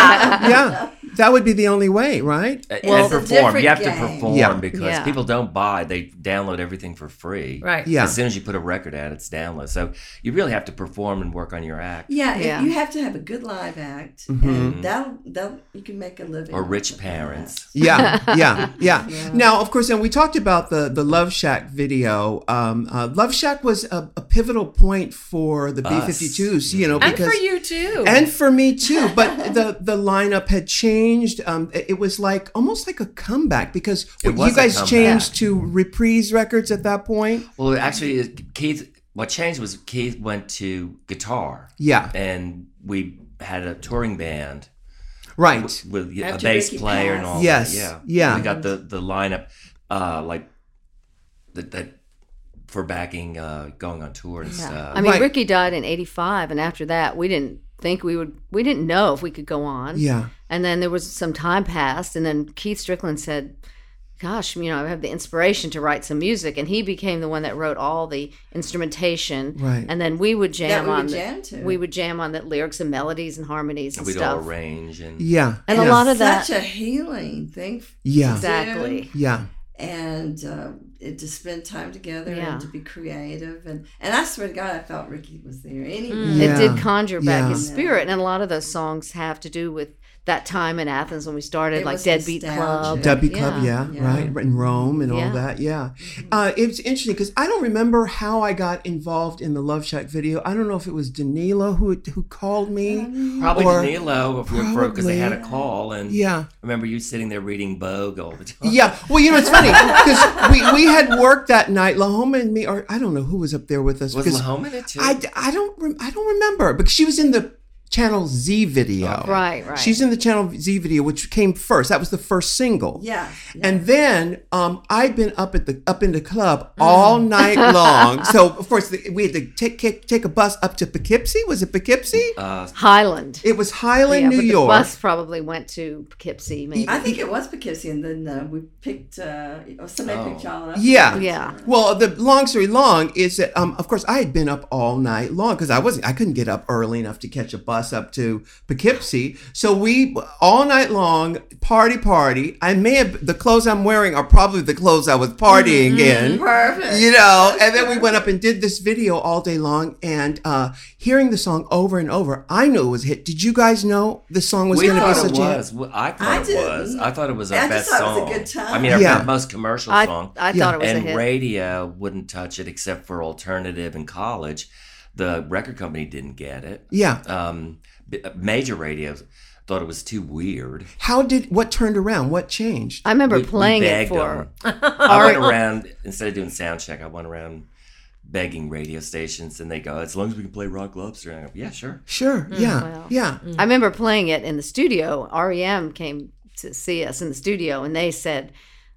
A: yeah, that would be the only way, right?
C: [LAUGHS]
E: Well,
C: and
E: it's a
C: perform. You
E: different
C: have to
E: game.
C: perform
A: Yeah.
C: because
D: Yeah.
C: people don't buy. They download everything for free.
B: Right.
A: Yeah.
C: As soon as you put a record out, it's download. So you really have to perform and work on your act.
E: Yeah, it-
D: Yeah. Mm-hmm.
E: you have to have a good live act, and that'll, that'll you can make a living.
C: Or rich parents.
A: Yeah, yeah, yeah, Now, of course, and we talked about the the Love Shack video. Um, uh, Love Shack was a, a pivotal point for the B
C: Us.
A: 52s, you know,
B: And
A: because
B: for you too.
A: and for me too but the the lineup had changed um it it was like almost like a comeback because
C: It was
A: you
C: a
A: guys
C: comeback.
A: changed to reprise records at that point
C: Well, actually, it- Keith. What changed was Keith went to guitar,
A: yeah
C: and we had a touring band
A: right
C: with a
E: After
C: bass
E: Ricky
C: player and
E: passed.
C: all.
A: Yes,
C: That.
A: yeah.
C: We got the the lineup, uh, like that, that for backing, uh, going on tour and stuff.
D: I mean,
A: Right.
D: Ricky died in '85, and after that, we didn't think we would. We didn't know if we could go on.
A: yeah
D: And then there was some time passed, and then Keith Strickland said, "Gosh, you know, I have the inspiration to write some music," and he became the one that wrote all the instrumentation.
A: Right.
D: And then we would jam
E: That we would
D: on. the-
E: jam to.
D: We would jam on the lyrics and melodies and harmonies and
C: We'd all
D: stuff.
C: arrange and
A: yeah
D: And
A: yeah.
D: a lot of that.
E: Such a healing thing.
A: yeah
D: exactly.
A: yeah
E: and uh, it, to spend time together
D: Yeah.
E: and to be creative and and I swear to God, I felt Ricky was there. Any
A: Yeah.
D: It did conjure back
A: Yeah.
D: his spirit, and a lot of those songs have to do with that time in Athens when we started,
E: It
D: like
E: was
D: Deadbeat Club.
E: nostalgic.
A: Debbie
D: Yeah.
A: Club, yeah,
E: Yeah.
A: right, in Rome and all
D: Yeah. Mm-hmm.
A: that, yeah. Uh, it's interesting because I don't remember how I got involved in the Love Shack video. I don't know if it was Danilo who who called
D: Um,
A: me.
C: Probably
A: Or-
C: Danilo because they had a
A: Probably.
C: call and
A: Yeah.
C: I remember you sitting there reading Vogue all the time.
A: Yeah. Well, you know, it's funny because we, we had work that night. Lahoma and me, or I don't know who was up there with us.
C: was
A: because
C: Lahoma in it too?
A: I, I don't rem- I don't remember because she was in the Channel Z video.
D: Right, right.
A: She's in the Channel Z video, which came first. That was the first single.
E: Yeah, yeah.
A: And then um, I've been up at the up in the club
D: Mm-hmm. [LAUGHS]
A: all night long. so of course the, we had to take, take take a bus up to Poughkeepsie. Was it Poughkeepsie?
D: Highland.
A: it was Highland,
D: Uh, Yeah,
A: New
D: but
A: York.
D: The bus probably went to Poughkeepsie, maybe.
E: I think it was Poughkeepsie, and then uh, we picked. Uh, or somebody
D: Oh.
E: picked y'all up.
A: Yeah.
D: Yeah.
A: Well, the long story long is that, um, of course, I had been up all night long because I wasn't, I couldn't get up early enough to catch a bus up to Poughkeepsie. So we all night long party, party. I may have the clothes I'm wearing are probably the clothes I was partying
D: Mm-hmm.
A: in.
E: Perfect.
A: You know, and then we went up and did this video all day long, and uh, hearing the song over and over, I knew it was a hit. Did you guys know the song was
C: we
A: going to be
C: thought
A: such
C: it
A: a hit?
C: was. We- I
E: I
C: thought it
E: didn't.
C: was. I thought it was our
E: I just
C: best
E: thought it
C: song.
E: was a good time.
C: I mean, our
A: Yeah.
C: most commercial
D: I,
C: song.
D: I thought it was a
C: and
D: hit.
C: radio wouldn't touch it except for alternative in college. The record company didn't get it.
A: Yeah.
C: Um, b- major radios thought it was too weird.
A: How did what turned around? What changed?
D: I remember
C: We- we
D: playing it
C: begged
D: for.
C: them.
E: [LAUGHS]
C: I went around instead of doing sound check. I went around begging radio stations, and they go, "As long as we can play Rock Lobster," and I go, "Yeah, sure."
A: Sure. yeah.
D: wow.
A: Yeah.
D: I remember playing it in the studio. REM came to see us in the studio, and they said,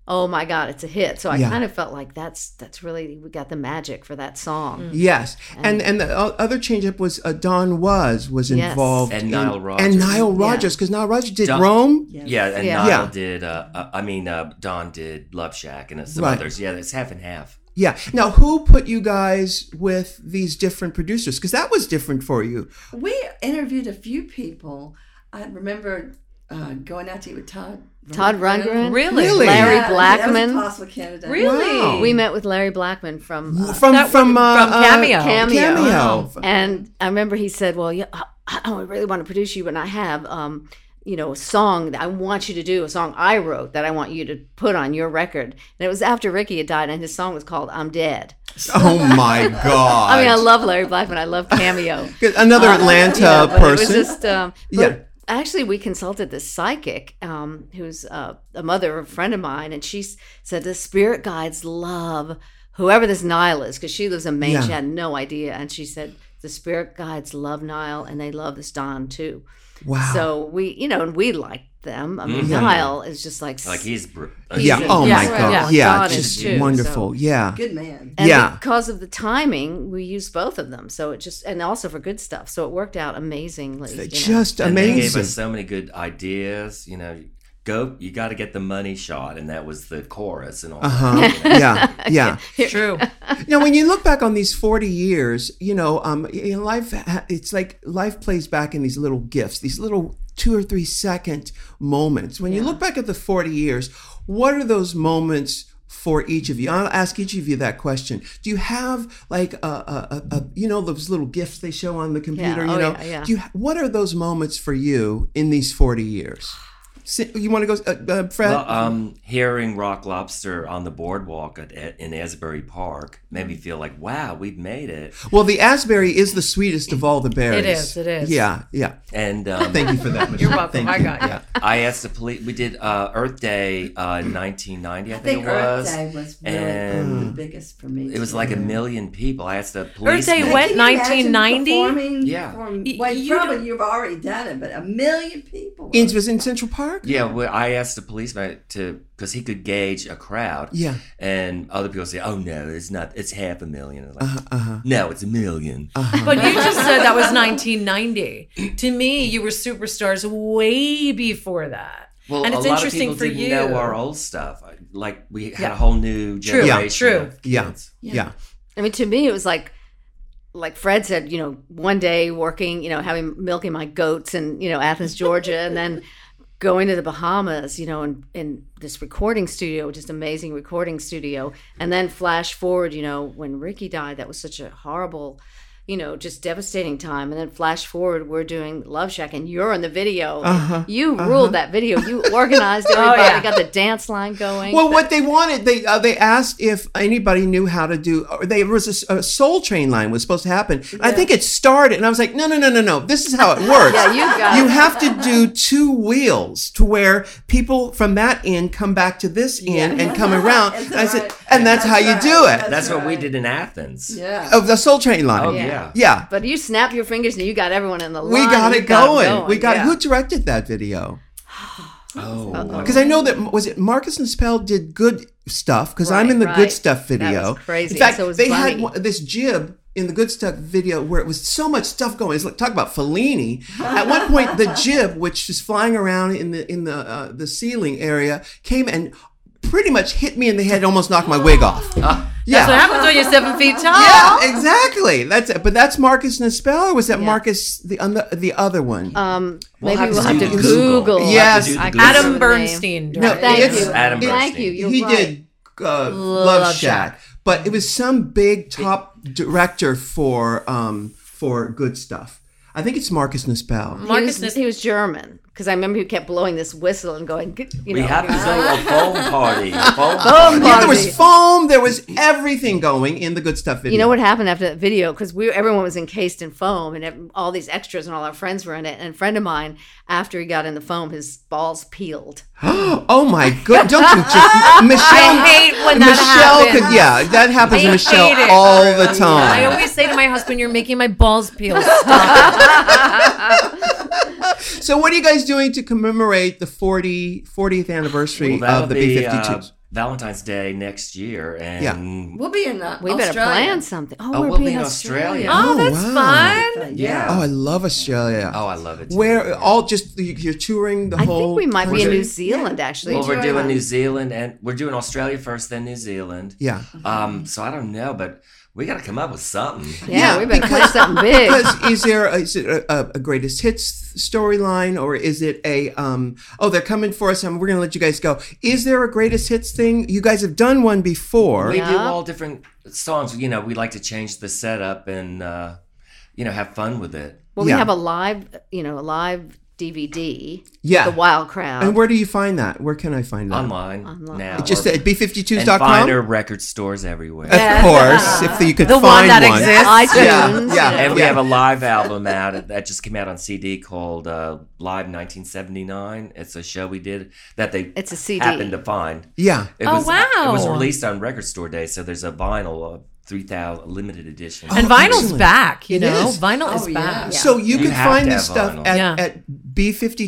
D: "Oh my God, it's a hit!" So I
A: Yeah.
D: kind of felt like that's that's really we got the magic for that song.
E: Mm.
A: Yes, and and the o- other changeup was uh, Don was was
D: Yes.
A: involved
C: And
A: in-
C: Nile Rodgers.
A: and Nile Rodgers because Nile Rodgers did
C: Don-
A: Rome.
C: Yeah, and
D: Yeah.
C: Nile
A: Yeah.
C: did. Uh, uh, I mean, uh, Don did Love Shack and some
A: Right.
C: others. Yeah, it's half and half.
A: Yeah. Now, who put you guys with these different producers? Because that was different for you.
E: We interviewed a few people. I remember uh, going out to eat with Todd.
D: Todd Rundgren,
B: Really?
A: Really?
D: Larry
E: Yeah,
D: Blackman.
E: That was a possible candidate.
B: Really?
A: Wow.
D: We met with Larry Blackman from uh,
A: From
B: That
A: from
B: would-
A: uh,
B: from
A: uh,
B: Cameo.
D: Cameo.
A: Cameo. Oh,
D: And I remember he said, "Well, yeah, I, I really want to produce you, and I have, um, you know, a song that I want you to do, a song I wrote that I want you to put on your record." And it was after Ricky had died, and his song was called "I'm Dead."
A: Oh my God!
D: I mean, I love Larry Blackman. I love Cameo.
A: 'Cause another Atlanta
D: Yeah, but
A: person.
D: It was just, um, but
A: Yeah.
D: Actually, we consulted this psychic um, who's uh, a mother of a friend of mine, and she s- said the spirit guides love whoever this Nile is because she lives in Maine. She
A: Yeah.
D: had no idea, and she said the spirit guides love Nile and they love this Don too.
A: wow. Mm-hmm.
D: So we, you know, and we liked them. I mean, Nile is just like,
C: Like he's. Br-
A: yeah.
D: he's-
A: Oh my
D: yeah,
A: God.
D: yeah.
A: Yeah.
D: Don is
A: Just
D: too, so-
A: wonderful. Yeah.
E: Good man.
D: and
A: Yeah.
D: because of the timing, we used both of them. So it just, and also for good stuff. So it worked out amazingly. you know.
A: Just
C: And
A: amazing.
C: They gave us so many good ideas. You know, go. You got to get the money shot, and that was the chorus and all.
A: Uh-huh.
D: [LAUGHS]
A: yeah. Yeah.
B: True.
A: now when you look back on these 40 years you know um in life ha- it's like life plays back in these little gifts these little two or three second moments when you look back at the 40 years what are those moments for each of you i'll ask each of you that question do you have like a, a, a, a you know those little gifts they show on the computer
D: Oh,
A: you know
D: yeah, yeah.
A: do you what are those moments for you in these 40 years Si- you want to go uh, uh, fred
C: [LAUGHS] Well, um, hearing Rock Lobster on the boardwalk at, at, in Asbury Park made me feel like, wow, we've made it.
A: Well, the Asbury is the sweetest of all the berries.
B: It is, it is.
A: Yeah, yeah.
C: And um,
A: Thank you for that.
B: You're welcome. I got you.
C: I asked the police. We did uh, Earth Day uh, in 1990, I,
E: I think
C: it was.
E: Earth Day was really
C: and
E: the biggest for me.
C: It was
E: too.
C: like a million people. I asked the police.
B: Day
E: And
B: went
E: can you imagine
B: 1990?
E: performing
C: Yeah.
E: from-
B: Y-
E: well,
B: you
E: probably you've already done it, but a million people. were-
A: It was in Central Park.
C: Yeah, well, I asked the policeman to because he could gauge a crowd.
A: Yeah.
C: and other people say, "Oh no, it's not. It's half a 1000000 like, No, it's a 1000000
B: But you just said that was 1990. To me, you were superstars way before that.
C: Well,
B: and
C: a
B: it's
C: lot
B: interesting
C: of people
B: for
C: didn't
B: you.
C: know our old stuff. Like we had
B: Yeah.
C: a whole new
B: True,
C: generation.
B: true.
C: of
A: Yeah.
C: kids.
A: Yeah.
D: I mean, to me, it was like, like Fred said, you know, one day working, you know, having milking my goats in, you know, Athens, Georgia, and
A: [LAUGHS]
D: then going to the Bahamas, you know, and in this recording studio, just amazing recording studio. And then flash forward, you know, when Ricky died, that was such a horrible, you know, just devastating time. And then flash forward, we're doing Love Shack, and you're on the video.
A: Uh-huh.
D: You ruled that video. You
A: [LAUGHS]
D: organized everybody,
B: yeah.
D: got the dance line going.
A: Oh, Well, what they wanted, they uh, they asked if anybody knew how to do. Or they was a s- a, Soul Train line was supposed to happen. I think it started, and I was like, no, no, no, no, no. This is how it works.
D: Yeah, you got
A: You
D: it.
A: have to do two wheels to where people from that end come back to this end and come around.
E: That's
A: And I said,
E: right.
A: and that's, how you
E: right.
A: do it.
C: That's what we
E: right.
C: did in Athens.
E: Yeah.
A: Of the Soul Train line.
C: Oh yeah. Yeah.
A: Yeah.
D: But you snap your fingers and you got everyone in the
A: We
D: line.
A: got
D: You
A: it going. We got
D: yeah.
A: who directed that video?
C: Oh.
A: Because I know that was it Marcus and Spell did good stuff because I'm
D: Right,
A: in the
D: right.
A: good stuff
D: That was
A: video.
D: crazy.
A: In fact,
D: So was
A: they had
D: Bunny.
A: one, this jib in the good stuff video where it was so much stuff going. It's like talk about Fellini. At one point,
D: [LAUGHS]
A: the jib, which is flying around in the in the uh, the ceiling area, came and pretty much hit me in the head, almost knocked my
D: [GASPS]
A: wig off. yeah.
B: That's what happens when you're seven feet tall.
A: yeah, exactly. That's it. But that's Marcus Nispel, or was that
D: Yeah.
A: Marcus the on the, the other one?
D: Um,
C: We'll
D: maybe
C: have to
D: we'll have
C: do
D: to
C: the
D: Google.
C: Google. We'll
A: have to
D: I
A: do
D: can't remember
B: Adam
C: the Google.
D: the name.
B: Bernstein.
A: No,
B: directed.
D: Thank
A: it's-
D: you.
C: Adam
D: Thank
C: Bernstein.
D: you. You're
A: he
D: right.
A: did uh, Love Shack, but it was some big top director for um for good stuff. I think it's Marcus Nispel.
D: He
B: Marcus
D: was,
B: Nis-
D: he was German because I remember he kept blowing this whistle and going. "Good," You
C: We
D: know,
C: have to
D: "Ah."
C: throw a foam party. Foam
D: Foam
C: party.
A: Yeah,
D: Barbie.
A: there was foam. There was everything going in the good stuff video.
D: You know what happened after that video? Because we everyone was encased in foam, and ev- all these extras and all our friends were in it. And a friend of mine, after he got in the foam, his balls peeled.
A: [GASPS] Oh my god! Don't you just Michelle?
B: [LAUGHS] I hate when that
A: Michelle
B: happens.
A: could. Yeah, that happens to
B: I
A: Michelle
B: hate it.
A: all the
B: I
A: time.
B: always say to my husband, "You're making my balls peel." Stop.
A: So what are you guys doing to commemorate the 40, 40th anniversary
C: Well, that'll
A: of the
C: be, uh,
A: B-52s?
C: Valentine's Day next year, and
E: We'll be in uh,
D: We better
E: Australia.
D: plan something. Oh,
C: Oh,
D: we're
C: we'll
D: being
C: be in
D: Australia.
C: Australia.
B: Oh, that's
A: wow.
B: fun.
C: yeah.
A: oh, I love Australia.
C: Oh, I love it. Too.
A: Where all just you- you're touring the
D: I
A: whole.
D: think we might be in
A: country?
D: New Zealand actually.
C: Well, we're
E: Enjoy
C: doing
E: that.
C: New Zealand, and we're doing Australia first, then New Zealand.
D: [LAUGHS]
A: Yeah,
C: Um. So I don't know, but we got to come up with something.
D: yeah,
A: Yeah,
D: we better plan
A: because-
D: something
A: [LAUGHS]
D: big.
A: because is there a, is it a, a greatest hits storyline or is it a um? Oh, they're coming for us, and we're gonna let you guys go. Is there a greatest hits thing? You guys have done one before.
C: We do
D: Yeah.
C: all different songs. You know, we like to change the setup and uh, you know have fun with it.
D: Well, we
A: Yeah.
D: have a live, you know, a live DVD.
A: Yeah.
D: the Wild Crowd.
A: And where do you find that? Where can I find that?
C: Online,
D: Online.
C: now.
A: It's Just
C: or-
A: at
C: and find our
A: b52s.com.
C: record stores everywhere.
A: Of course, if you could
B: The one
A: find
B: that exists.
D: iTunes.
A: Yeah, yeah.
C: And we have a live album out [LAUGHS] that just came out on CD called uh, Live 1979. It's a show we did that they
D: It's a CD.
C: happened to find.
A: Yeah.
C: It
B: Oh,
C: was, It was
B: wow.
C: released on Record Store Day, so there's a vinyl of 3,000 limited edition.
B: And
A: Oh,
B: vinyl's
A: excellent.
B: back. You
A: It
B: know,
A: is.
B: vinyl
E: Oh,
B: is
E: yeah.
B: back.
A: So you,
C: You
A: can
C: have
A: find
C: to
A: this
C: have
A: stuff
C: vinyl.
A: at,
B: Yeah.
A: at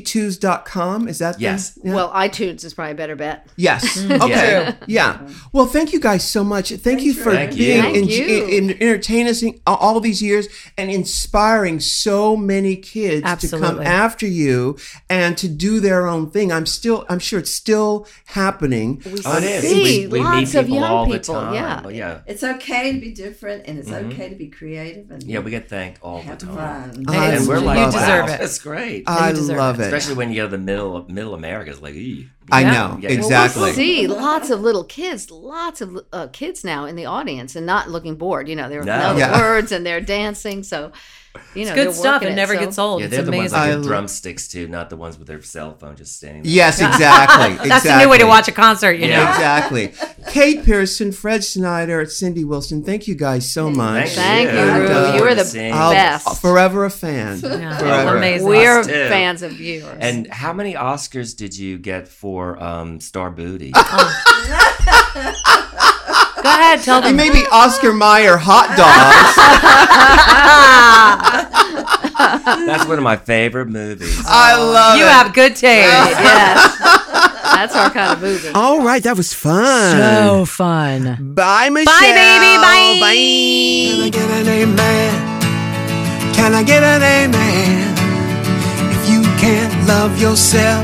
A: b52s.com. Is that the-
C: Yes.
A: yeah.
D: Well, iTunes is probably a better bet.
A: Yes. Okay. Yeah. Well, thank you guys so much. Thank you for
C: Thank you.
A: being
C: Thank
A: in,
D: you.
A: in, in- entertaining us in- all these years and inspiring so many kids to come
B: Absolutely.
A: after you and to do their own thing. I'm still. I'm sure it's still happening.
C: Oh, it is.
D: See,
C: we, we
D: lots
C: meet
D: of
C: people
D: young
C: all the
D: people,
C: time.
D: yeah.
C: But yeah.
E: It's okay to be different, and it's okay to be creative. And
C: Mm-hmm. Yeah, we get thanked all the
E: have
C: time.
E: fun.
A: I
C: And we're
A: love
C: like,
B: you
A: it.
B: deserve
C: wow,
B: it.
C: that's great.
A: I
B: you deserve
A: love it.
C: Especially when you go to the middle of middle America, it's like, ee.
A: I
B: Yeah.
A: know
C: Yeah.
A: exactly.
D: Well, we'll see lots of little kids, lots of uh, kids now in the audience and not looking bored. You know, they're
C: No.
D: know the
A: Yeah.
D: words and they're dancing. So, you know,
B: It's
D: they're
B: good stuff.
D: working
B: It never
D: so-
B: gets old.
C: Yeah,
B: it's
C: they're the ones
B: amazing.
C: that
A: I
C: get
A: lo-
C: drumsticks too, not the ones with their cell phone just standing there.
A: Yes, exactly.
B: That's
A: exactly.
B: a new way to watch a concert. You
C: Yeah.
B: know.
A: Exactly. Kate Pearson, Fred Snyder, Cindy Wilson. Thank you guys so much.
D: Thank you,
A: And,
D: Rue.
A: uh,
D: you are the
C: Seeing-
A: I'll-
D: best.
A: Forever a fan.
B: Yeah,
A: Forever.
B: amazing.
D: We're
C: Us too.
D: fans of yours.
C: And how many Oscars did you get for um, Star
B: [LAUGHS]
C: Booty?
B: Go ahead, tell them.
A: Maybe Oscar Mayer hot dogs.
C: That's one of my favorite movies.
A: [LAUGHS]
B: Oh,
A: I love
B: you
A: it.
B: have good taste.
D: yes. That's our kind of movie.
G: All right, that was fun.
B: So fun.
G: Bye, Michelle.
B: baby, bye.
G: Can I get an amen? Can I get an amen? If you can't love yourself,